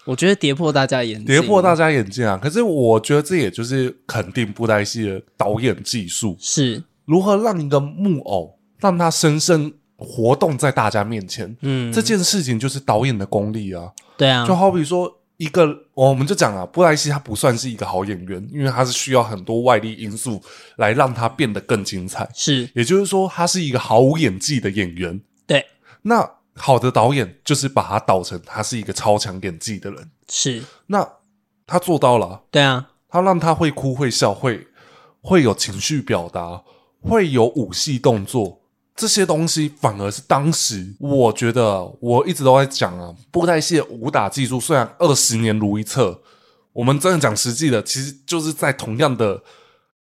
Speaker 2: 我觉得跌破大家眼镜，
Speaker 1: 跌破大家眼镜啊！可是我觉得这也就是肯定布袋戏的导演技术，
Speaker 2: 是，
Speaker 1: 如何让一个木偶让它深深活动在大家面前，
Speaker 2: 嗯，
Speaker 1: 这件事情就是导演的功力啊。
Speaker 2: 对啊，
Speaker 1: 就好比说一个，哦我们就讲啊，布莱希他不算是一个好演员，因为他是需要很多外力因素来让他变得更精彩。
Speaker 2: 是
Speaker 1: 也就是说，他是一个毫无演技的演员。
Speaker 2: 对，
Speaker 1: 那好的导演就是把他导成他是一个超强演技的人，
Speaker 2: 是，
Speaker 1: 那他做到了啊。
Speaker 2: 对啊，
Speaker 1: 他让他会哭会笑，会会有情绪表达，会有武戏动作，这些东西反而是当时我觉得我一直都在讲啊，布袋戏的武打技术虽然二十年如一辙，我们真的讲实际的，其实就是在同样的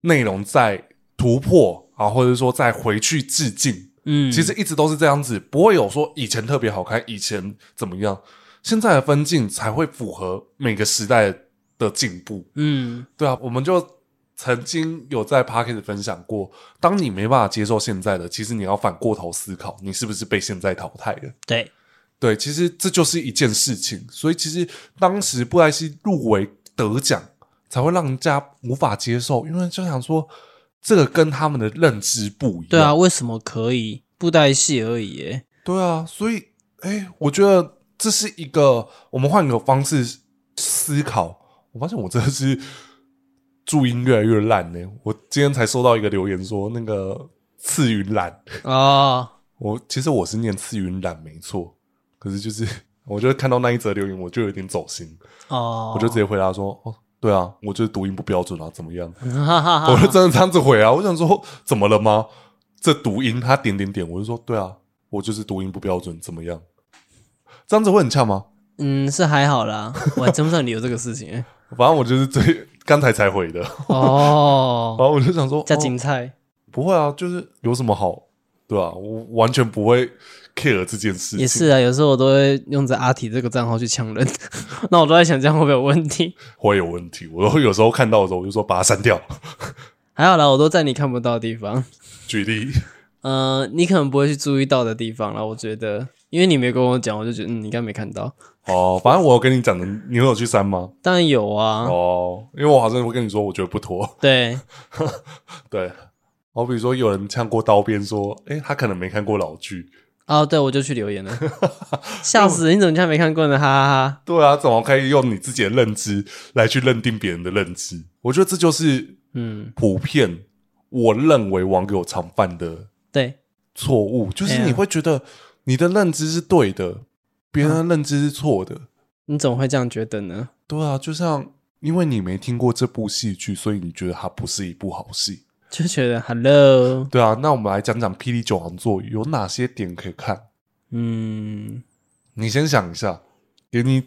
Speaker 1: 内容在突破啊，或者说再回去致敬，
Speaker 2: 嗯，
Speaker 1: 其实一直都是这样子，不会有说以前特别好看，以前怎么样，现在的分镜才会符合每个时代的进步。
Speaker 2: 嗯，
Speaker 1: 对啊，我们就曾经有在 p a c k e t 分享过，当你没办法接受现在的，其实你要反过头思考，你是不是被现在淘汰了？
Speaker 2: 对，
Speaker 1: 对，其实这就是一件事情，所以其实当时布莱希入围得奖，才会让人家无法接受，因为就想说这个跟他们的认知不一样。
Speaker 2: 对啊，，为什么可以布袋戏而已耶？
Speaker 1: 对啊，所以哎，我觉得这是一个我们换个方式思考。我发现我真的是注音越来越烂呢、我今天才收到一个留言说，那个次云懒，
Speaker 2: 哦，
Speaker 1: 我其实我是念次云懒没错，可是就是我就看到那一则留言，我就有点走心，
Speaker 2: 哦，
Speaker 1: 我就直接回答说，哦，对啊，我就是读音不标准啊，怎么样？
Speaker 2: 哈哈哈，
Speaker 1: 我就真的这样子回啊，我想说怎么了吗？这读音他点点点，我就说对啊，我就是读音不标准，怎么样？这样子会很呛吗？
Speaker 2: 嗯，是还好啦，我还真不知道你有这个事情耶。
Speaker 1: 反正我就是最刚才才回的，然
Speaker 2: 哦，
Speaker 1: 后我就 想说，
Speaker 2: 加
Speaker 1: 哦
Speaker 2: 芹菜
Speaker 1: 不会啊，就是有什么好，对啊，我完全不会 care 这件事情，
Speaker 2: 也是啊，有时候我都会用着阿体这个账号去呛人， 那我都在想这样会不会有问题？
Speaker 1: 会有问题。我都有时候看到的时候，我就说把它删掉。
Speaker 2: 还好啦，我都在你看不到的地方，
Speaker 1: 举例，
Speaker 2: 呃，你可能不会去注意到的地方啦，我觉得，因为你没跟我讲，我就觉得嗯，你应该没看到。
Speaker 1: 哦，反正我有跟你讲的，你有去删吗？
Speaker 2: 当然有啊，
Speaker 1: 哦，因为我好像会跟你说，我觉得不妥。
Speaker 2: 对，
Speaker 1: 对，好比说有人呛过刀边说，诶、他可能没看过老剧。
Speaker 2: 哦，对，我就去留 言了，笑死！你怎么竟然没看过呢？哈哈哈！
Speaker 1: 对啊，怎么可以用你自己的认知来去认定别人的认知？我觉得这就是
Speaker 2: 嗯，
Speaker 1: 普遍我认为网友常犯的
Speaker 2: 对，
Speaker 1: 错误，就是
Speaker 2: 哎
Speaker 1: 你
Speaker 2: 呀
Speaker 1: 会觉得你的认知是对的，别人的认知是错的。
Speaker 2: 你怎么会这样觉得呢？
Speaker 1: 对啊，就像因为你没听过这部戏剧，所以你觉得它不是一部好戏。
Speaker 2: 就觉得 hello，
Speaker 1: 对啊，那我们来讲讲《霹雳九行座》有哪些点可以看？
Speaker 2: 嗯，
Speaker 1: 你先想一下，给你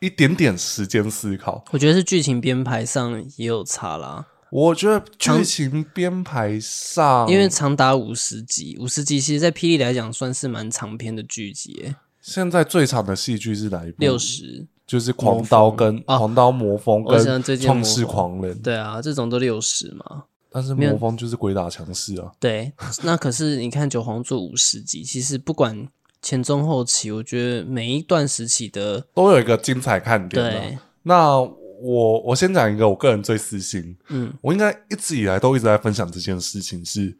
Speaker 1: 一点点时间思考。
Speaker 2: 我觉得是剧情编排上也有差啦，
Speaker 1: 我觉得剧情编排上，
Speaker 2: 因为长达五十集，五十集其实在霹雳来讲算是蛮长篇的剧集耶，
Speaker 1: 现在最长的戏剧是哪一部？
Speaker 2: 六，十，
Speaker 1: 就是《狂刀》跟《
Speaker 2: 啊
Speaker 1: 狂刀魔风》
Speaker 2: 我
Speaker 1: 跟
Speaker 2: 想最
Speaker 1: 《
Speaker 2: 近
Speaker 1: 创世
Speaker 2: 魔
Speaker 1: 狂人》，
Speaker 2: 对啊，这种都六十嘛，
Speaker 1: 但是
Speaker 2: 没有
Speaker 1: 魔风就是鬼打墙式啊。
Speaker 2: 对， 那可是你看九皇做五十集，其实不管前中后期，我觉得每一段时期的
Speaker 1: 都有一个精彩看点、啊。
Speaker 2: 对，
Speaker 1: 那我我先讲一个我个人最私心，
Speaker 2: 嗯，
Speaker 1: 我应该一直以来都一直在分享这件事情是。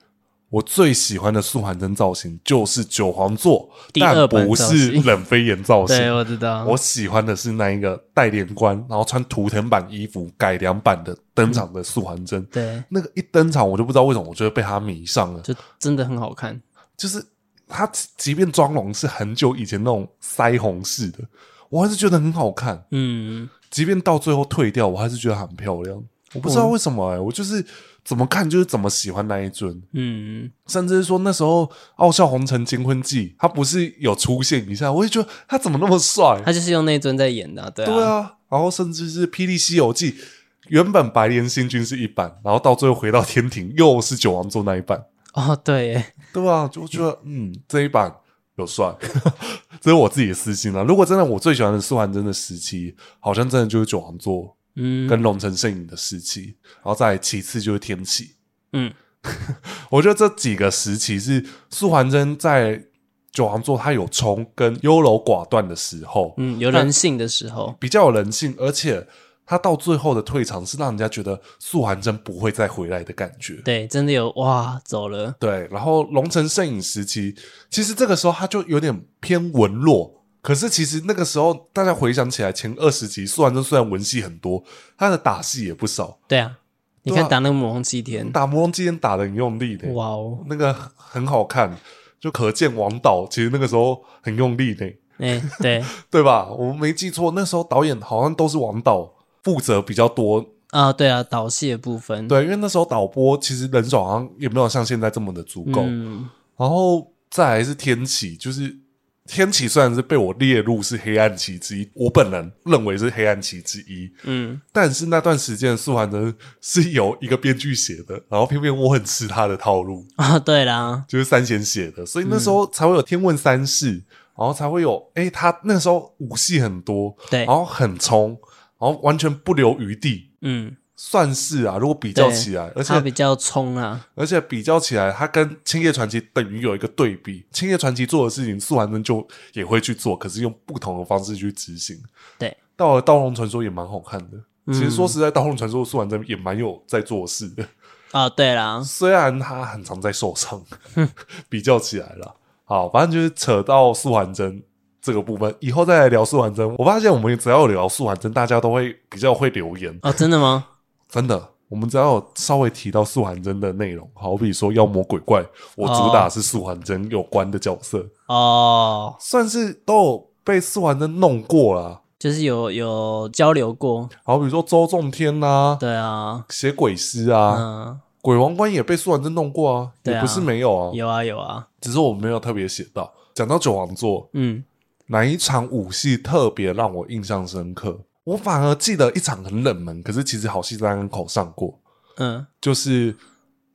Speaker 1: 我最喜欢的素还真造型就是九皇座，
Speaker 2: 第
Speaker 1: 但
Speaker 2: 二版
Speaker 1: 不
Speaker 2: 造
Speaker 1: 是
Speaker 2: 型
Speaker 1: 冷飞檐造型。
Speaker 2: 对，我知道，
Speaker 1: 我喜欢的是那一个带连冠，然后穿图腾版衣服改良版的登场的素还真。
Speaker 2: 对，
Speaker 1: 那个一登场，我就不知道为什么，我就被他迷上了。
Speaker 2: 就真的很好看，
Speaker 1: 就是他即即便妆容是很久以前那种腮红式的，我还是觉得很好看。
Speaker 2: 嗯，
Speaker 1: 即便到最后退掉，我还是觉得很漂亮。我不知道为什么哎、我就是怎么看就是怎么喜欢那一尊，
Speaker 2: 嗯，
Speaker 1: 甚至是说那时候《傲笑红尘金婚记》，他不是有出现一下，我就觉得他怎么那么帅？
Speaker 2: 他就是用那尊在演的、啊，对啊，
Speaker 1: 对啊，然后甚至是《霹雳西游记》，原本白莲星君是一版，然后到最后回到天庭又是九王座那一版，
Speaker 2: 哦，对耶，
Speaker 1: 对吧、就觉得嗯，这一 版有帅，这是我自己的私心啊。如果真的我最喜欢的素还真的时期，好像真的就是九王座
Speaker 2: 嗯，
Speaker 1: 跟龙城摄影的时期，然后再来其次就是天启。
Speaker 2: 嗯，
Speaker 1: 我觉得这几个时期是素还真在九皇座他有冲跟优柔寡断的时候，
Speaker 2: 嗯，有人性的时候，
Speaker 1: 比较有人性，而且他到最后的退场是让人家觉得素还真不会再回来的感觉。
Speaker 2: 对，真的有哇，走了，
Speaker 1: 对，然后龙城摄影时期，其实这个时候他就有点偏文弱。可是其实那个时候，大家回想起来，前二十集素还真虽然文戏很多，他的打戏也不少，
Speaker 2: 对啊，你
Speaker 1: 对啊
Speaker 2: 看打那个魔王祭天，
Speaker 1: 打魔龙之间打的很用力的，
Speaker 2: 哇哦，
Speaker 1: 那个很好看，就可见王导其实那个时候很用力呢，
Speaker 2: 哎、 对
Speaker 1: 对吧？我没记错，那时候导演好像都是王导负责比较多
Speaker 2: 啊，对啊，导戏的部分，，
Speaker 1: 对，因为那时候导播其实人手好像也没有像现在这么的足够。
Speaker 2: 嗯，
Speaker 1: 然后再来是天启，就是天启虽然是被我列入是黑暗期之一，我本人认为是黑暗期之一，
Speaker 2: 嗯，
Speaker 1: 但是那段时间的素还真是由一个编剧写的，然后偏偏我很吃他的套路，
Speaker 2: 啊，对啦，
Speaker 1: 就是三贤写的，所以那时
Speaker 2: 嗯
Speaker 1: 候才会有天问三世，然后才会有诶，他那时候武戏很多，
Speaker 2: 对
Speaker 1: 然后很冲，然后完全不留余地。
Speaker 2: 嗯，
Speaker 1: 算是啊，如果比较
Speaker 2: 对
Speaker 1: 起来，而且
Speaker 2: 他比较冲啊，
Speaker 1: 而且比较起来，它跟《青叶传奇》等于有一个对比，《青叶传奇》做的事情，素还真就也会去做，可是用不同的方式去执行。
Speaker 2: 对，
Speaker 1: 到了《刀龙传说》也蛮好看的。
Speaker 2: 嗯
Speaker 1: 其实说实在，《刀龙传说》素还真也蛮有在做事的，
Speaker 2: 啊，对啦，
Speaker 1: 虽然他很常在受 伤，比较起来了。好，反正就是扯到素还真这个部分，以后再来聊素还真。我发现我们只要有聊素还真，大家都会比较会留言。
Speaker 2: 哦，真的吗？
Speaker 1: 真的，我们只要有稍微提到素还真的内容，好比说妖魔鬼怪，我主打是素还真有关的角色，
Speaker 2: 哦，
Speaker 1: 算是都有被素还真弄过啦。
Speaker 2: 就是有有交流过，
Speaker 1: 好比说周仲天呐、
Speaker 2: 对啊，
Speaker 1: 写鬼师啊，
Speaker 2: 嗯，
Speaker 1: 鬼王关也被素还真弄过啊，
Speaker 2: 对啊
Speaker 1: 也不是没有啊，
Speaker 2: 有啊有啊，
Speaker 1: 只是我没有特别写到。讲到九王座，
Speaker 2: 嗯，
Speaker 1: 哪一场武戏特别让我印象深刻？我反而记得一场很冷门，可是其实好戏在跟口上过，
Speaker 2: 嗯
Speaker 1: 就是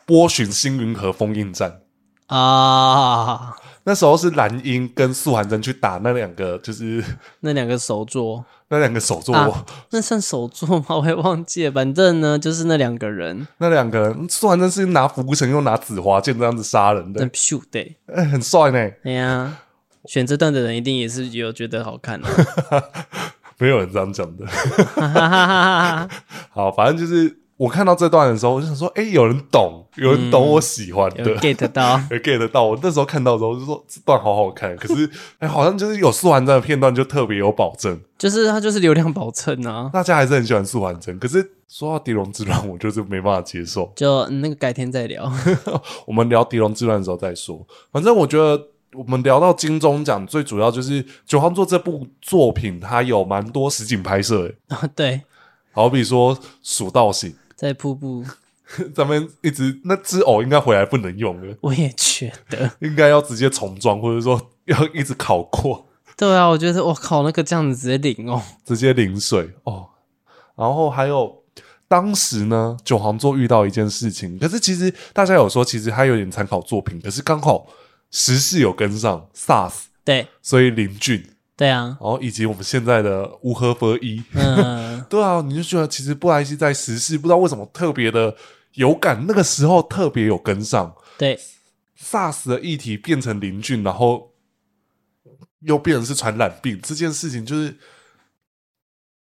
Speaker 1: 波旬星云和封印战。
Speaker 2: 啊，
Speaker 1: 那时候是蓝鹰跟素还真去打那两个，就是
Speaker 2: 那两个手作，
Speaker 1: 那两个手作，
Speaker 2: 啊那算手作吗？我也忘记了，反正呢就是那两个人，
Speaker 1: 那两个人素还真是拿浮尘又拿紫花剑这样子杀人
Speaker 2: 那
Speaker 1: 的，
Speaker 2: 咻对，
Speaker 1: 哎、很帅呢。
Speaker 2: 哎呀，选这段的人一定也是有觉得好看的、
Speaker 1: 没有人这样讲的。
Speaker 2: 哈哈哈哈哈，
Speaker 1: 好，反正就是我看到这段的时候，我就想说，哎、有人懂，有人懂我喜欢
Speaker 2: 嗯有
Speaker 1: 的。
Speaker 2: get 到，
Speaker 1: 有 get 到，我那时候看到的时候就说这段好好 看，可是哎、好像就是有素还真的片段就特别有保证，
Speaker 2: 就是他就是流量保证啊，
Speaker 1: 大家还是很喜欢素还真，可是说到狄龙之乱，我就是没办法接受。
Speaker 2: 就嗯那个改天再聊。
Speaker 1: 我们聊狄龙之乱的时候再说。反正我觉得我们聊到金钟奖，最主要就是《九号座》这部作品，它有蛮多实景拍摄的，
Speaker 2: 对，
Speaker 1: 好比说蜀道行，
Speaker 2: 在瀑布，
Speaker 1: 咱们一直那只偶应该回来不能用了，
Speaker 2: 我也觉得，
Speaker 1: 应该要直接重装，或者说要一直考过，
Speaker 2: 对啊，我觉得我靠，那个这样子直接领哦，
Speaker 1: 直接淋水哦。然后还有。当时呢，九行座遇到一件事情，可是其实大家有说，其实它有点参考作品，可是刚好时事有跟上 SARS，
Speaker 2: 对
Speaker 1: 所以林俊
Speaker 2: 对啊，
Speaker 1: 然后以及我们现在的无核合一，
Speaker 2: 嗯，
Speaker 1: 对啊，你就觉得其实布莱希在时事不知道为什么特别的有感，那个时候特别有跟上
Speaker 2: 对
Speaker 1: SARS 的议题变成邻郡，然后又变成是传染病这件事情，就是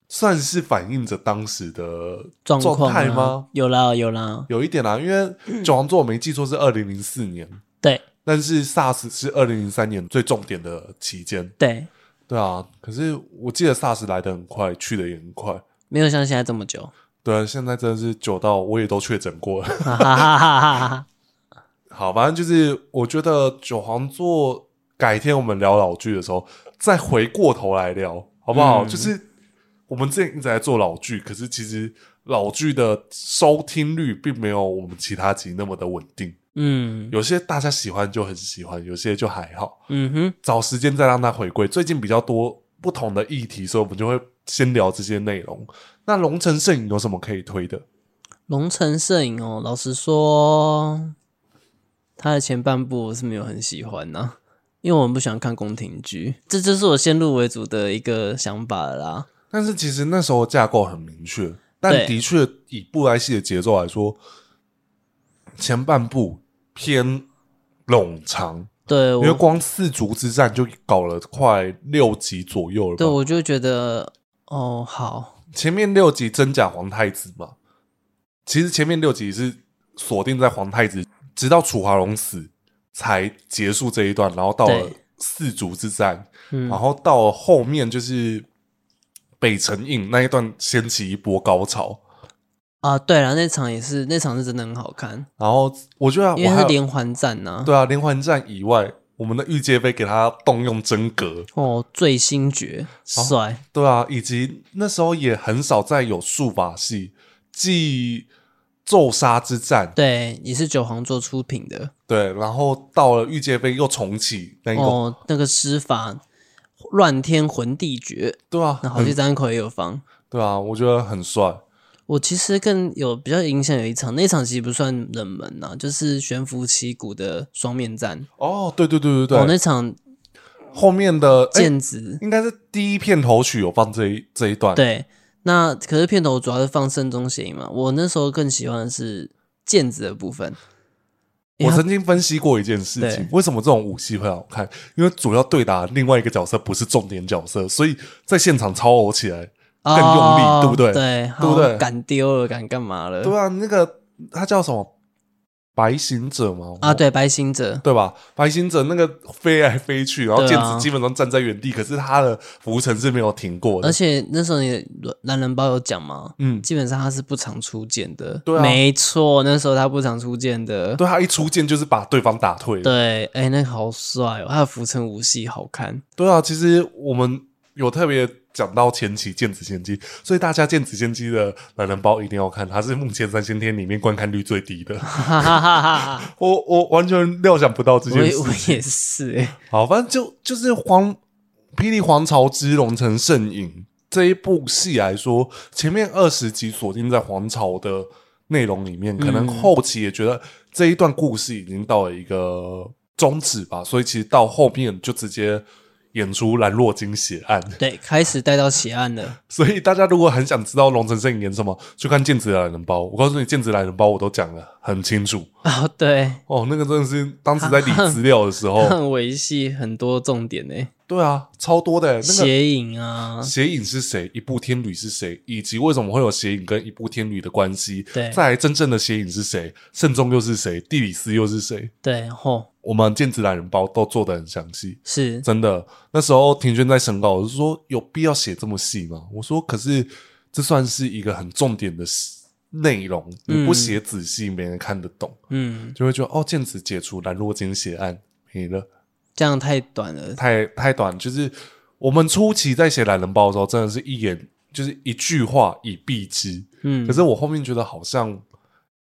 Speaker 1: 算是反映着当时的
Speaker 2: 状况
Speaker 1: 状态
Speaker 2: 啊
Speaker 1: 吗？
Speaker 2: 有啦有啦，
Speaker 1: 有一点啊啦、因为九王座我没记错是二零零四年，
Speaker 2: 对
Speaker 1: 但是 SARS 是二零零三年最重点的期间，
Speaker 2: 对，
Speaker 1: 对啊，可是我记得 SARS 来的很快，去的也很快。
Speaker 2: 没有像现在这么久，
Speaker 1: 对啊，现在真的是久到我也都确诊过了。
Speaker 2: 哈哈哈哈哈哈，
Speaker 1: 好，反正就是我觉得九皇座改天我们聊老剧的时候，再回过头来聊，好不好？
Speaker 2: 嗯
Speaker 1: 就是我们之前一直在做老剧，可是其实老剧的收听率并没有我们其他集那么的稳定，
Speaker 2: 嗯
Speaker 1: 有些大家喜欢就很喜欢，有些就还好。
Speaker 2: 嗯哼，
Speaker 1: 找时间再让它回归。最近比较多不同的议题，所以我们就会先聊这些内容。那龙城摄影有什么可以推的？
Speaker 2: 龙城摄影哦，老实说，他的前半部我是没有很喜欢呐、因为我们不喜欢看宫廷剧，这就是我先入为主的一个想法了啦。
Speaker 1: 但是其实那时候架构很明确，但
Speaker 2: 对
Speaker 1: 的确以布莱希的节奏来说，前半部偏冗长，
Speaker 2: 对，
Speaker 1: 因为
Speaker 2: 我
Speaker 1: 光四足之战就搞了快六集左右了
Speaker 2: 对
Speaker 1: 吧。
Speaker 2: 我就觉得哦，好，
Speaker 1: 前面六集真假皇太子嘛，其实前面六集是锁定在皇太子，直到楚华龙死才结束这一段，然后到了
Speaker 2: 对
Speaker 1: 四足之战，
Speaker 2: 嗯
Speaker 1: 然，后到了后面就是北辰印那一段掀起一波高潮。
Speaker 2: 啊，对了，那场也是，那场是真的很好看，
Speaker 1: 然后我觉得
Speaker 2: 因
Speaker 1: 啊我
Speaker 2: 为
Speaker 1: 还
Speaker 2: 它是
Speaker 1: 有
Speaker 2: 连环战呐、
Speaker 1: 对啊，连环战以外，我们的御界杯给他动用真格，
Speaker 2: 哦，醉星爵帅，
Speaker 1: 对啊，以及那时候也很少再有术法系，继咒杀之战
Speaker 2: 对，也是九皇做出品的。
Speaker 1: 对，然后到了御界杯又重启那个，
Speaker 2: 哦，那个施法乱天魂地诀，
Speaker 1: 对啊，
Speaker 2: 那好
Speaker 1: 很
Speaker 2: 戏张口也有放。
Speaker 1: 对啊，我觉得很帅，
Speaker 2: 我其实更有比较影响有一场，那一场其实不算冷门呐、就是悬浮旗鼓的双面战。
Speaker 1: 哦，对对对对哎
Speaker 2: 哦，
Speaker 1: 对，
Speaker 2: 那场
Speaker 1: 后面的哎
Speaker 2: 剑子、
Speaker 1: 应该是第一片头曲有放这一这一段，
Speaker 2: 对，那可是片头主要是放慎中邪影嘛。我那时候更喜欢的是剑子的部分，因
Speaker 1: 我
Speaker 2: 为它
Speaker 1: 曾经分析过一件事情
Speaker 2: 对，
Speaker 1: 为什么这种武戏会好看？因为主要对打另外一个角色不是重点角色，所以在现场超偶起来更用力，
Speaker 2: 哦
Speaker 1: 对不对？
Speaker 2: 对，
Speaker 1: 对不对
Speaker 2: 好敢丢了，敢干嘛了？
Speaker 1: 对啊，那个他叫什么？白行者吗？
Speaker 2: 啊，对，白行者，
Speaker 1: 对吧？白行者那个飞来飞去，然后
Speaker 2: 对
Speaker 1: 剑
Speaker 2: 啊
Speaker 1: 子基本上站在原地，可是他的浮沉是没有停过的
Speaker 2: 而。且那时候你的男人包有讲嘛，
Speaker 1: 嗯，
Speaker 2: 基本上他是不常出剑的，
Speaker 1: 对啊
Speaker 2: 没错，那时候他不常出剑的，
Speaker 1: 对他一出剑就是把对方打退。
Speaker 2: 对，哎、那个好帅哦，他的浮沉舞系好看，
Speaker 1: 对啊，其实我们有特别讲到前期《剑子仙姬》，所以大家《剑子仙姬》的懒人包一定要看，它是目前三千天里面观看率最低的。
Speaker 2: 哈哈哈哈哈，
Speaker 1: 我我完全料想不到这
Speaker 2: 我
Speaker 1: 件
Speaker 2: 也
Speaker 1: 事。
Speaker 2: 我也是、哎
Speaker 1: 好，反正就就是黄霹雳皇朝之龙城圣影这一部戏来说，前面二十集锁定在皇朝的内容里面，
Speaker 2: 嗯
Speaker 1: 可能后期也觉得这一段故事已经到了一个终止吧，所以其实到后面就直接演出兰若金血案。
Speaker 2: 对，开始带到血案了，
Speaker 1: 所以大家如果很想知道龙城圣影演什么，去看《剑子懒人包》。我告诉你，《剑子懒人包》我都讲了很清楚
Speaker 2: 啊、对，
Speaker 1: 哦，那个真的是当时在理资料的时候，
Speaker 2: 很维系很多重点呢、哎
Speaker 1: 对啊，超多的、那个。
Speaker 2: 邪影啊，
Speaker 1: 邪影是谁？一步天女是谁？以及为什么会有邪影跟一步天女的关系？
Speaker 2: 对
Speaker 1: 再来真正的邪影是谁？慎重又是谁？地理斯又是谁？
Speaker 2: 对，吼，
Speaker 1: 我们剑子懒人包都做的很详细，
Speaker 2: 是，
Speaker 1: 真的。那时候庭轩在审稿，我就说有必要写这么细吗？我说可是这算是一个很重点的事内容，你不写仔细，没人看得懂，
Speaker 2: 嗯，
Speaker 1: 就会觉得哦，剑指解除兰若金血案没了，
Speaker 2: 这样太短了，
Speaker 1: 太太短。就是我们初期在写懒人包的时候，真的是一眼就是一句话以蔽之。
Speaker 2: 嗯，
Speaker 1: 可是我后面觉得好像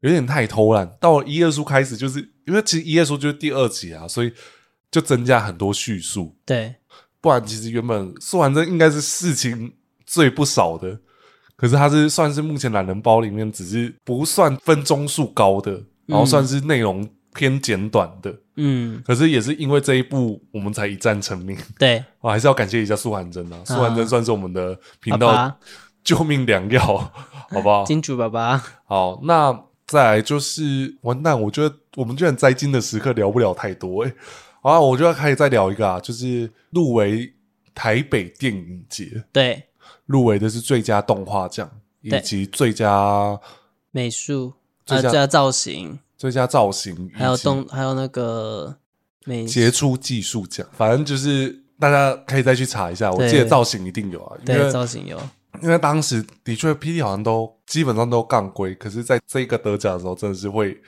Speaker 1: 有点太偷懒，到了一页书开始，就是因为其实一页书就是第二集啊，所以就增加很多叙述。
Speaker 2: 对，
Speaker 1: 不然其实原本素还真应该是事情最不少的，可是它是算是目前懒人包里面只是不算分钟数高的，然后算是内容偏简短的。
Speaker 2: 嗯，
Speaker 1: 可是也是因为这一部，我们才一战成名。
Speaker 2: 对，
Speaker 1: 我还是要感谢一下素还真啊，素还真算是我们的频
Speaker 2: 爸
Speaker 1: 道
Speaker 2: 爸
Speaker 1: 救命良药， 好不好？
Speaker 2: 金主爸爸，
Speaker 1: 好，那再来就是完蛋，我觉得我们居然在金的时刻聊不了太多诶、欸。好啊，我就要开始再聊一个啊，就是入围台北电影节，
Speaker 2: 对，
Speaker 1: 入围的是最佳动画奖以
Speaker 2: 对
Speaker 1: 及最佳
Speaker 2: 美术，
Speaker 1: 最
Speaker 2: 呃，
Speaker 1: 佳
Speaker 2: 最佳造型，
Speaker 1: 最佳造型，
Speaker 2: 还有动，还有那个美
Speaker 1: 杰出技术奖，反正就是。大家可以再去查一下，我
Speaker 2: 对
Speaker 1: 记得造型一定有啊，因
Speaker 2: 对
Speaker 1: 为
Speaker 2: 造型有，
Speaker 1: 因为当时的确 PD 好像都基本上都杠归，可是在这个得奖的时候，真的是会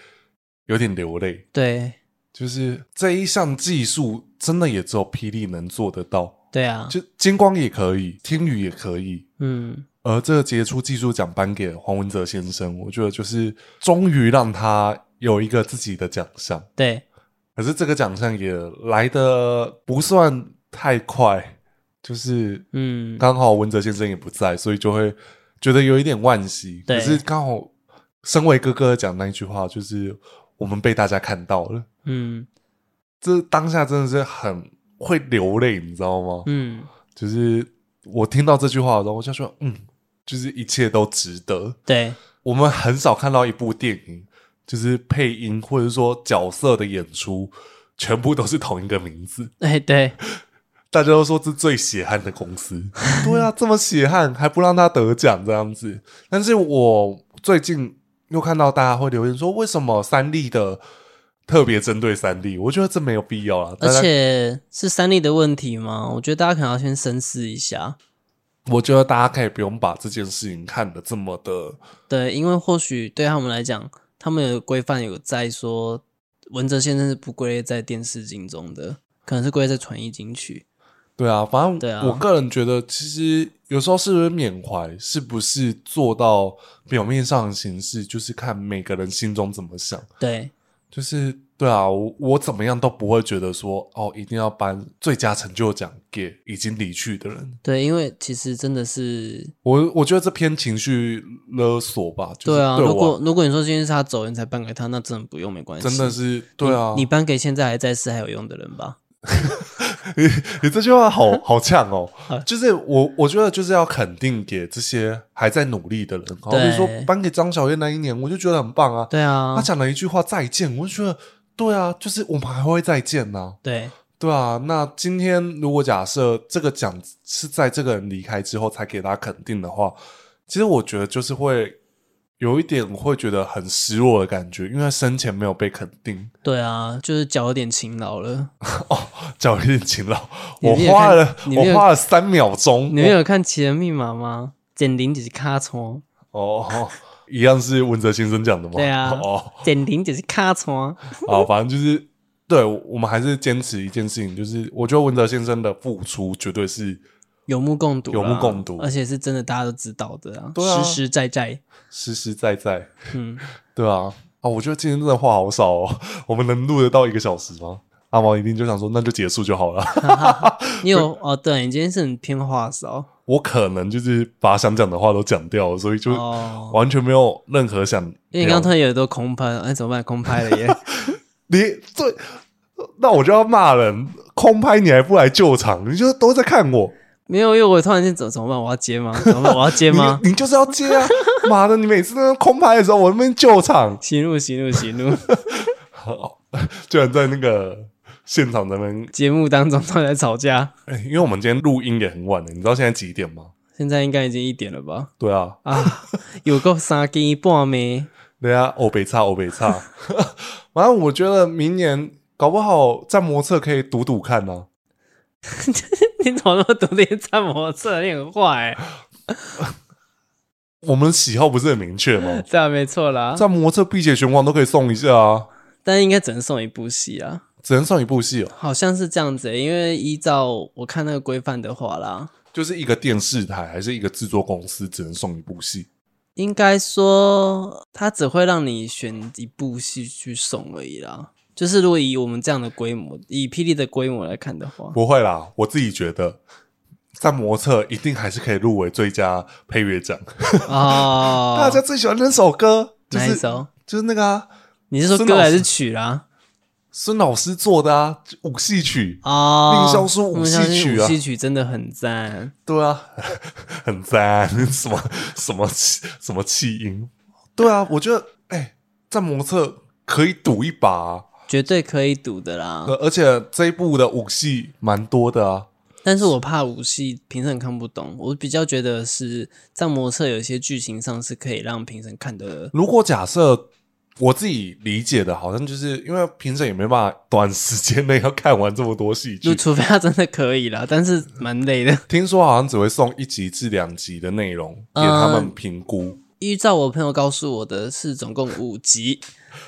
Speaker 1: 有点流泪。
Speaker 2: 对，
Speaker 1: 就是这一项技术真的也只有霹雳能做得到，
Speaker 2: 对啊，
Speaker 1: 就金光也可以，听雨也可以。
Speaker 2: 嗯，
Speaker 1: 而这个杰出技术奖颁给黄文哲先生，我觉得就是终于让他有一个自己的奖项。
Speaker 2: 对，
Speaker 1: 可是这个奖项也来的不算太快，就是
Speaker 2: 嗯，
Speaker 1: 刚好文哲先生也不在，所以就会觉得有一点惋惜。
Speaker 2: 对
Speaker 1: 可是刚好身为哥哥讲那一句话，就是我们被大家看到了。
Speaker 2: 嗯，
Speaker 1: 这当下真的是很会流泪，你知道吗？
Speaker 2: 嗯，
Speaker 1: 就是我听到这句话的时候，我就说，嗯，就是一切都值得。
Speaker 2: 对，
Speaker 1: 我们很少看到一部电影，就是配音或者说角色的演出，全部都是同一个名字。
Speaker 2: 哎，对，
Speaker 1: 大家都说这最血汗的公司， 对啊，这么血汗还不让他得奖这样子。但是我最近又看到大家会留言说，为什么三立的特别针对三立？我觉得这没有必要啦。大
Speaker 2: 而
Speaker 1: 家
Speaker 2: 且是三立的问题吗？我觉得大家可能要先深思一下。
Speaker 1: 我觉得大家可以不用把这件事情看得这么的，
Speaker 2: 对，因为或许对他们来讲，他们有规范有在说，文哲先生是不归类在电视金中的，可能是归类在传艺金曲。
Speaker 1: 对啊，反
Speaker 2: 对
Speaker 1: 正
Speaker 2: 啊
Speaker 1: 我个人觉得，其实有时候是不是缅怀，是不是做到表面上的形式，就是看每个人心中怎么想，
Speaker 2: 对，
Speaker 1: 就是对啊，我我怎么样都不会觉得说，哦，一定要颁最佳成就奖给已经离去的人，
Speaker 2: 对，因为其实真的是，
Speaker 1: 我我觉得这偏情绪勒索吧，就是
Speaker 2: 对啊，如
Speaker 1: 我
Speaker 2: 果如果你说今天是他走，你才颁给他，那真的不用没关系。
Speaker 1: 真的是对啊，
Speaker 2: 你颁给现在还在世还有用的人吧？
Speaker 1: 你你这句话好 好呛哦，就是我我觉得就是要肯定给这些还在努力的人，好比
Speaker 2: 对
Speaker 1: 如说颁给张小燕那一年，我就觉得很棒啊。
Speaker 2: 对啊
Speaker 1: 他，讲了一句话再见，我就觉得对啊，就是我们还会再见呐、
Speaker 2: 对
Speaker 1: 对啊。那今天如果假设这个奖是在这个人离开之后才给他肯定的话，其实我觉得就是会有一点会觉得很失落的感觉，因为他生前没有被肯定，
Speaker 2: 对啊，就是脚有点勤劳了。
Speaker 1: 叫有点勤劳。
Speaker 2: 你
Speaker 1: 我
Speaker 2: 没有
Speaker 1: 花
Speaker 2: 看
Speaker 1: 了
Speaker 2: 你没
Speaker 1: 我
Speaker 2: 有
Speaker 1: 花了三秒钟，
Speaker 2: 你们有看《奇人密码》吗？简玲就是卡窗，
Speaker 1: 哦，一样是文哲先生讲的吗？
Speaker 2: 对啊
Speaker 1: 哦，
Speaker 2: 简玲就是卡窗。
Speaker 1: 好，反正就是对我们还是坚持一件事情，就是我觉得文哲先生的付出绝对是
Speaker 2: 有目共睹啦，
Speaker 1: 有目共睹
Speaker 2: 而且是真的大家都知道的啊，
Speaker 1: 对啊
Speaker 2: 实实在在。
Speaker 1: 实实在在，
Speaker 2: 嗯，
Speaker 1: 对啊。啊，我觉得今天真的话好少哦， 我们能录得到一个小时吗？阿毛一定就想说，那就结束就好了。
Speaker 2: 你有哦？对，你今天是很偏话少
Speaker 1: 我可能就是把想讲的话都讲掉了，所以就
Speaker 2: 哦，
Speaker 1: 完全没有任何想聊。
Speaker 2: 因为你刚刚突然有都空拍，哎，怎么办？空拍了耶！
Speaker 1: 你这，那我就要骂人，空拍你还不来救场，你就都在看我。
Speaker 2: 没有，因为我突然间怎怎么办？我要接吗？怎么办？我要接吗？
Speaker 1: 你你就是要接啊！ 妈的，你每次那个空拍的时候，我那边救场，
Speaker 2: 息怒，息怒，息怒！
Speaker 1: 居然在那个现场的人、
Speaker 2: 节目当中突然在吵架，
Speaker 1: 哎因为我们今天录音也很晚了，你知道现在几点吗？
Speaker 2: 现在应该已经一点了吧？
Speaker 1: 对啊，
Speaker 2: 啊， 有够三更半没？
Speaker 1: 对啊，欧北差，欧北差。 反正我觉得明年搞不好战模测可以赌赌看啊呢、
Speaker 2: 你怎么那么独立在摩测？你很坏欸、
Speaker 1: 我们喜好不是很明确 吗？
Speaker 2: 对啊，没错啦。
Speaker 1: 在魔车碧血拳王都可以送一下啊，
Speaker 2: 但应该只能送一部戏啊，
Speaker 1: 只能送一部戏哦，
Speaker 2: 好像是这样子欸、因为依照我看那个规范的话啦，
Speaker 1: 就是一个电视台还是一个制作公司只能送一部戏。
Speaker 2: 应该说它只会让你选一部戏去送而已啦。就是如果以我们这样的规模，以霹雳的规模来看的话，
Speaker 1: 不会啦，我自己觉得。在模特一定还是可以入围最佳配乐奖，
Speaker 2: 哦，
Speaker 1: 大家最喜欢那首歌就
Speaker 2: 哪一
Speaker 1: 是
Speaker 2: 首？
Speaker 1: 就是那个啊，
Speaker 2: 你是说
Speaker 1: 孙
Speaker 2: 歌
Speaker 1: 老
Speaker 2: 还是
Speaker 1: 师
Speaker 2: 曲啦？
Speaker 1: 孙老师做的啊舞戏曲，
Speaker 2: 哦，
Speaker 1: 命相书舞戏曲啊
Speaker 2: 命相书舞戏曲真的很赞。
Speaker 1: 对啊， 很赞， 什么什么气什么气音，对啊，我觉得哎、在模特可以赌一把、啊，
Speaker 2: 绝对可以赌的啦
Speaker 1: 呃。而且这一部的武戏蛮多的啊，
Speaker 2: 但是我怕武戏评审看不懂，我比较觉得是藏魔策有些剧情上是可以让评审看的。
Speaker 1: 如果假设我自己理解的，好像就是因为评审也没办法短时间内要看完这么多戏
Speaker 2: 就
Speaker 1: 剧，
Speaker 2: 除非他真的可以啦，但是蛮累的。
Speaker 1: 听说好像只会送一集至两集的内容给他们评估。
Speaker 2: 依照我朋友告诉我的是，总共五集，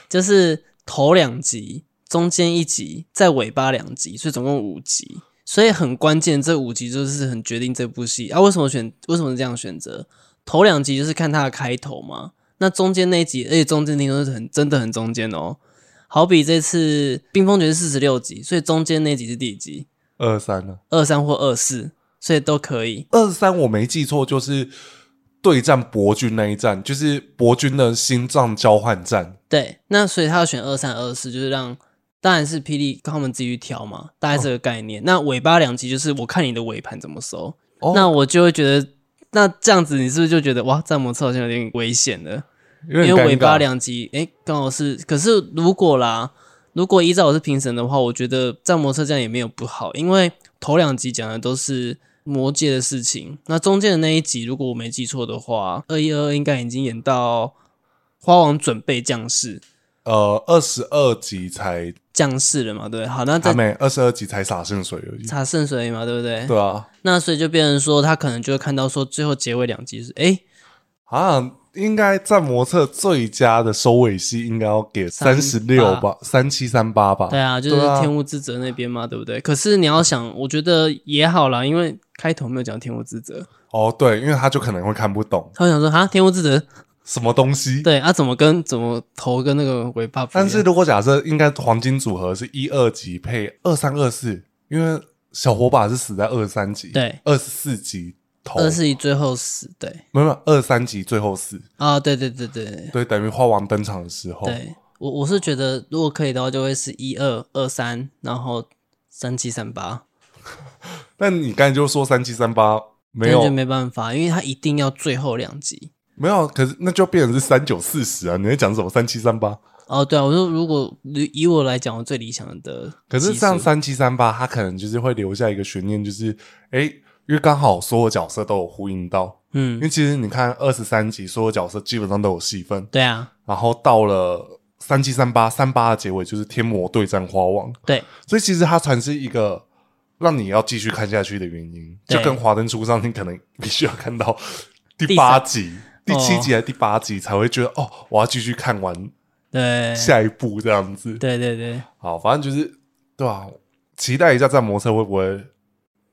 Speaker 2: 就是头两集、中间一集、再尾巴两集，所以总共五集。所以很关键，这五集就是很决定这部戏啊。为什么选？为什么这样选择？头两集就是看它的开头嘛。那中间那一集，而且中间听说是很真的很中间哦。好比这次《冰封诀》是四十六集，所以中间那集是第几集？
Speaker 1: 二三呢？
Speaker 2: 二三或二四，所以都可以。
Speaker 1: 二三我没记错，就是对战伯君那一战，就是伯君的心脏交换战。
Speaker 2: 对，那所以他要选二三二四，就是让当然是霹雳他们自己去挑嘛，大概这个概念。那尾巴两集就是我看你的尾盘怎么收，
Speaker 1: 哦
Speaker 2: 那我就会觉得，那这样子你是不是就觉得哇，战魔车好像有点危险了？
Speaker 1: 因
Speaker 2: 因为尾巴两集，诶，刚好是。可是如果啦，如果依照我是评审的话，我觉得战魔车这样也没有不好，因为头两集讲的都是魔界的事情，那中间的那一集，如果我没记错的话，二一二应该已经演到花王准备降世。
Speaker 1: 呃二十二集才
Speaker 2: 降世了嘛，对不对，好，那
Speaker 1: 还
Speaker 2: 再
Speaker 1: 没二十二集才洒圣水而已。
Speaker 2: 查圣水嘛，对不对？
Speaker 1: 对啊，
Speaker 2: 那所以就变成说，他可能就会看到说，最后结尾两集是哎，
Speaker 1: 啊，应该在模特最佳的收尾戏应该要给三十六
Speaker 2: 38
Speaker 1: 吧，三七三八吧。
Speaker 2: 对啊，就是
Speaker 1: 对啊
Speaker 2: 天无之责那边嘛，对不对？可是你要想，我觉得也好啦，因为开头没有讲天无之责，
Speaker 1: 哦，对，因为他就可能会看不懂
Speaker 2: 他会想说哈，天无之责，
Speaker 1: 什么东西。
Speaker 2: 对啊，怎么跟怎么头跟那个尾巴不一样，
Speaker 1: 但是如果假设应该黄金组合是一二集配二三二四，因为小火把是死在二三集，
Speaker 2: 对，
Speaker 1: 二十四集头，
Speaker 2: 二是以最后死，对
Speaker 1: 没有没有二三集最后死，
Speaker 2: 啊，对对对对
Speaker 1: 对，等于花王登场的时候，
Speaker 2: 对，我我是觉得如果可以的话，就会是一二二三，然后三七三八。
Speaker 1: 那你刚才就说三七三八没
Speaker 2: 但
Speaker 1: 有
Speaker 2: 就没办法，因为他一定要最后两集。
Speaker 1: 没有，可是那就变成是三九四十啊！你在讲什么三七三八？
Speaker 2: 哦，对啊，我说如果以我来讲，我最理想的
Speaker 1: 可是
Speaker 2: 技术
Speaker 1: 像三七三八，它可能就是会留下一个悬念，就是诶，因为刚好所有角色都有呼应到，因
Speaker 2: 嗯，
Speaker 1: 为其实你看二十三集，所有角色基本上都有戏份，
Speaker 2: 对啊，
Speaker 1: 然后到了三七三八三八的结尾，就是天魔对战花王，
Speaker 2: 对，
Speaker 1: 所以其实它才是一个让你要继续看下去的原因，
Speaker 2: 对
Speaker 1: 就跟华灯初上，你可能必须要看到第八集、第
Speaker 2: 第三
Speaker 1: 七集还是第八集才会觉得哦，我要继续看完
Speaker 2: 对，
Speaker 1: 下一部这样子。
Speaker 2: 对对对，
Speaker 1: 好，反正就是对啊，期待一下战魔车会不会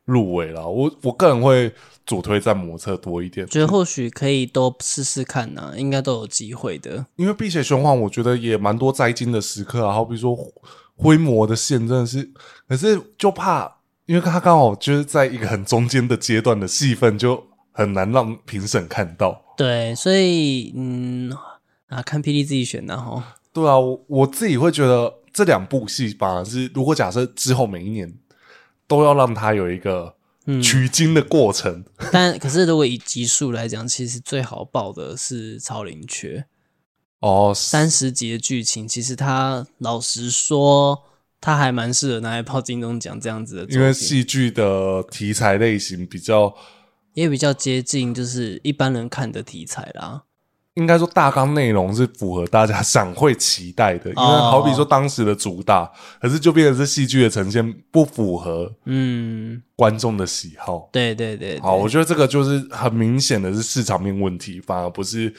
Speaker 1: 入围啦。我我个人会主推战魔车多一点，
Speaker 2: 觉得或许可以都试试看呐、应该都有机会的。
Speaker 1: 因为《碧血玄幻》我觉得也蛮多摘金的时刻啊，好比说灰魔的线真的是，可是就怕，因为他刚好就是在一个很中间的阶段的戏份，就很难让评审看到。
Speaker 2: 对，所以嗯啊，看霹雳自己选的吼。
Speaker 1: 对啊，我我自己会觉得这两部戏反而是，如果假设之后每一年都要让它有一个
Speaker 2: 嗯
Speaker 1: 取经的过程，
Speaker 2: 但可是如果以集数来讲，其实最好报的是超龄缺。
Speaker 1: 哦，
Speaker 2: 嗯三十集的剧情，其实它老实说，它还蛮适合拿来泡金钟奖这样子的作品，
Speaker 1: 因为戏剧的题材类型比较，
Speaker 2: 也比较接近就是一般人看的题材啦。
Speaker 1: 应该说大纲内容是符合大家想会期待的，因为
Speaker 2: 哦
Speaker 1: 好比说当时的主打，可是就变成是戏剧的呈现不符合
Speaker 2: 嗯，
Speaker 1: 观众的喜好。
Speaker 2: 对对对，对
Speaker 1: 好，我觉得这个就是很明显的是市场面问题，反而不是。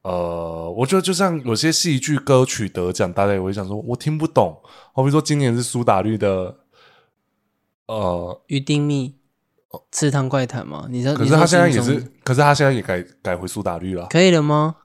Speaker 1: 呃，我觉得就像有些戏剧歌曲得奖，大家也会想说，我听不懂。好比说今年是苏打绿的，呃，
Speaker 2: 鱼丁蜜、吃糖怪谈嘛，你知道？
Speaker 1: 可
Speaker 2: 你
Speaker 1: 是
Speaker 2: 知道
Speaker 1: 他现在也
Speaker 2: 金钟
Speaker 1: 是，可是他现在也改改回苏打绿了。
Speaker 2: 可以了吗？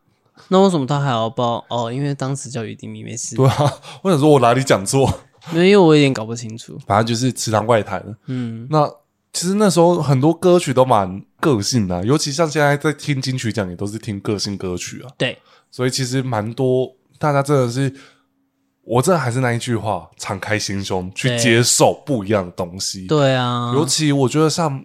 Speaker 2: 那为什么他还要报？哦，因为当时叫鱼丁蜜，没事，
Speaker 1: 对啊， 我想说我哪里讲错，
Speaker 2: 没有因为我有点搞不清楚。
Speaker 1: 反正就是《池塘怪谈》。
Speaker 2: 嗯，
Speaker 1: 那其实那时候很多歌曲都蛮个性的啊、尤其像现在在听金曲奖，也都是听个性歌曲啊。
Speaker 2: 对，
Speaker 1: 所以其实蛮多大家真的是，我这还是那一句话，敞开心胸去
Speaker 2: 对
Speaker 1: 接受不一样的东西。
Speaker 2: 对啊，
Speaker 1: 尤其我觉得像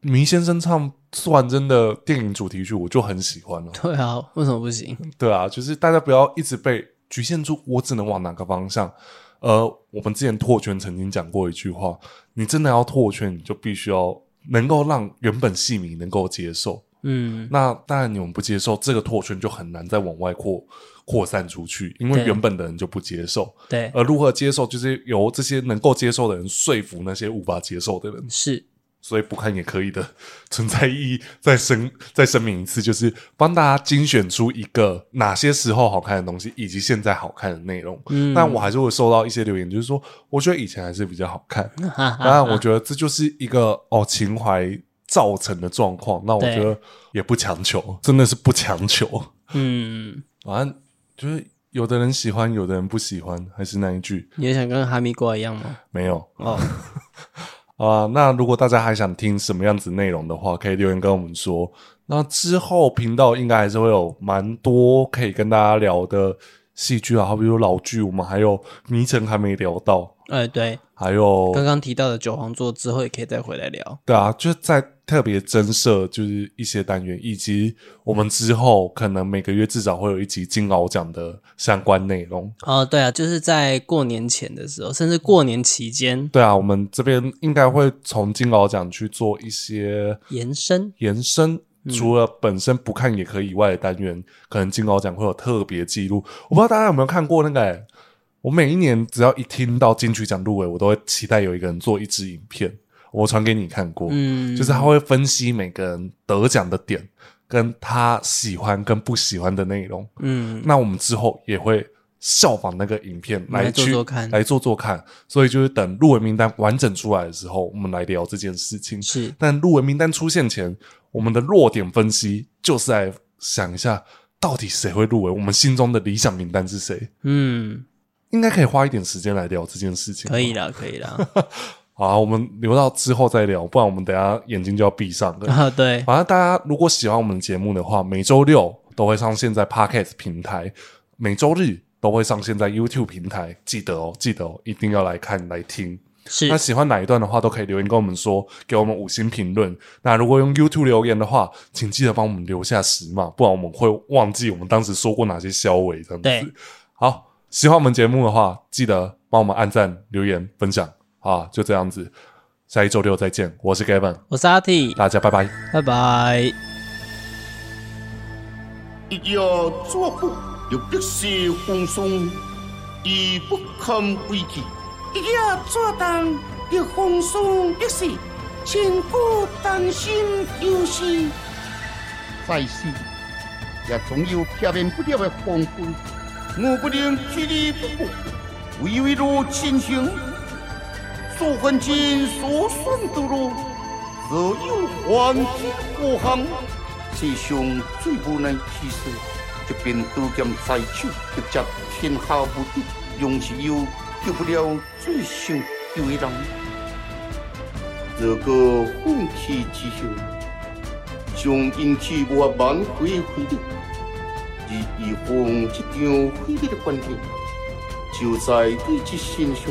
Speaker 1: 迷先生唱《苏完真的电影主题曲，我就很喜欢了、
Speaker 2: 对啊，为什么不行？
Speaker 1: 对啊，就是大家不要一直被局限住，我只能往哪个方向。呃，我们之前拓圈曾经讲过一句话，你真的要拓圈，你就必须要能够让原本戏迷能够接受。
Speaker 2: 嗯，
Speaker 1: 那当然，你们不接受这个拓圈，就很难再往外扩扩散出去，因为
Speaker 2: 对
Speaker 1: 原本的人就不接受。
Speaker 2: 对，
Speaker 1: 而如何接受，就是由这些能够接受的人说服那些无法接受的人。
Speaker 2: 是
Speaker 1: 所以不看也可以的存在意义，再声 再声明一次，就是帮大家精选出一个哪些时候好看的东西，以及现在好看的内容。
Speaker 2: 嗯
Speaker 1: 但我还是会收到一些留言，就是说，我觉得以前还是比较好看。
Speaker 2: 嗯
Speaker 1: 当然，我觉得这就是一个哦情怀造成的状况。那我
Speaker 2: 对
Speaker 1: 觉得也不强求，真的是不强求。
Speaker 2: 嗯，
Speaker 1: 反正就是有的人喜欢，有的人不喜欢，还是那一句，
Speaker 2: 你也想跟哈密瓜一 样吗？
Speaker 1: 没有。
Speaker 2: 哦，
Speaker 1: 啊、那如果大家还想听什么样子内容的话，可以留言跟我们说。那之后频道应该还是会有蛮多可以跟大家聊的戏剧啊，好比如老剧，我们还有迷城还没聊到，
Speaker 2: 哎，对，
Speaker 1: 还有
Speaker 2: 刚刚提到的九皇座之后也可以再回来聊。
Speaker 1: 对啊，就是在特别增设就是一些单元，以及我们之后可能每个月至少会有一集金鳌奖的相关内容。
Speaker 2: 哦，对啊，就是在过年前的时候，甚至过年期间
Speaker 1: 对啊，我们这边应该会从金鳌奖去做一些
Speaker 2: 延伸。
Speaker 1: 延伸，
Speaker 2: 嗯
Speaker 1: 除了本身不看也可以以外的单元，可能金鳌奖会有特别记录。我不知道大家有没有看过那个、欸，我每一年只要一听到金曲奖入围，我都会期待有一个人做一支影片，我传给你看过，
Speaker 2: 嗯，
Speaker 1: 就是他会分析每个人得奖的点，跟他喜欢跟不喜欢的内容。
Speaker 2: 嗯，
Speaker 1: 那我们之后也会效仿那个影片
Speaker 2: 来
Speaker 1: 来去
Speaker 2: 做做看
Speaker 1: 来做做看。所以就是等入围名单完整出来的时候，我们来聊这件事情。
Speaker 2: 是
Speaker 1: 但入围名单出现前，我们的弱点分析就是来想一下，到底谁会入围？我们心中的理想名单是谁？
Speaker 2: 嗯，
Speaker 1: 应该可以花一点时间来聊这件事情。
Speaker 2: 可以。啦，可 以啦。
Speaker 1: 好啊，我们留到之后再聊，不然我们等一下眼睛就要闭上了。
Speaker 2: 啊，对，
Speaker 1: 反正大家如果喜欢我们的节目的话，每周六都会上线在 Podcast 平台，每周日都会上线在 YouTube 平台。记得哦，记得哦，一定要来看来听。
Speaker 2: 是
Speaker 1: 那喜欢哪一段的话，都可以留言跟我们说，给我们五星评论。那如果用 YouTube 留言的话，请记得帮我们留下十码，不然我们会忘记我们当时说过哪些消委这样
Speaker 2: 对
Speaker 1: 子。好，喜欢我们节目的话，记得帮我们按赞、留言、分享啊，就这样子。下一周六再见，我是 Gavin，
Speaker 2: 我是阿 T，
Speaker 1: 大家拜拜。
Speaker 2: 拜拜。
Speaker 3: 一夜作古，有历史风霜，已不堪归去。
Speaker 4: 一夜做东，历风霜一世，千古丹心忧思。
Speaker 3: 在世也总有撇面不了的光辉，我不能居离不顾，唯为汝前行。数分金所选的路，自有黄金护航。世上最无奈之事，一边刀剑在手，一接天下无敌，永是有救不了最想救的人。这个奋起直行。将引起我挽回回力，而预防这场毁灭的关键，就在对这身上。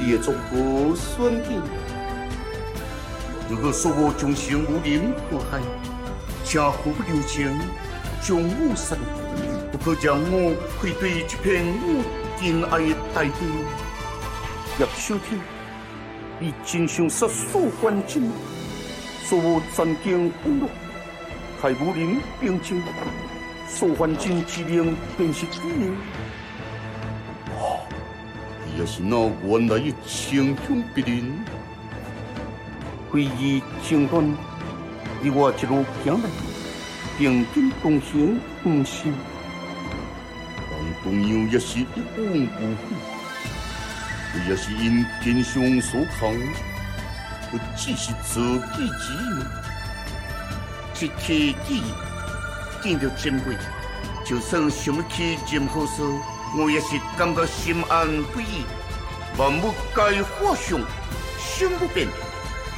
Speaker 3: 你的作何选择？如果说我忠心无人可害，家父不留情，将我杀戮，不可将我愧对这片我敬爱的大地。叶小姐，你真想杀死关真？所有战经不落，害武林兵争，素还真之灵便是主人。哦，也是那原来的青春逼人，回忆青春，你我一路行来，并肩同行，不是？但同样也是一往无悔，也是因天生所扛，不只是自己之一刻记忆。见到前辈，就算想要起任何事，我也是感觉心安不已。万物皆化相，心不变；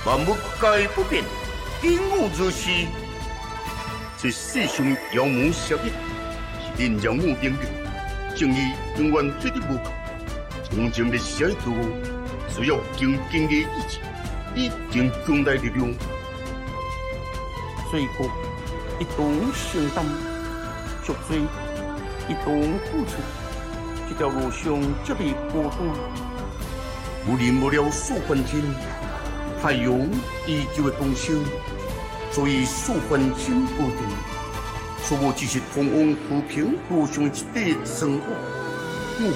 Speaker 3: 万物皆不变，因我如是。这世上妖魔小一，因妖魔明灭，正义永远绝对无够。从前的写图，需要强劲的意志，以坚强的力量。最后。一同承担，足水，一同付出。这条路上这么孤单，我忍不了数分天，太阳依旧会东升，所以数分天不定。所我只是通往和平路上一块生活，我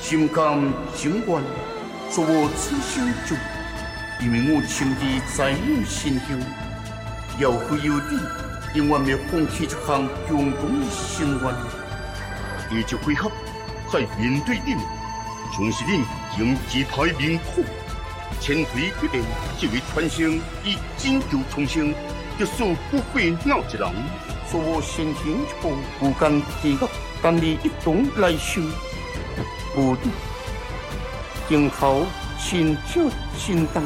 Speaker 3: 心甘情愿，所我此生就，因为我深知知影心胸，要会有你。永远袂放弃一项共同的心愿，第一回合再面对恁，将是恁用一台面孔，千锤百炼，这位传承以拯救重生，就算不会闹一人，所我心情一步不甘地狱，但你一同来修，无你，镜头亲像真重。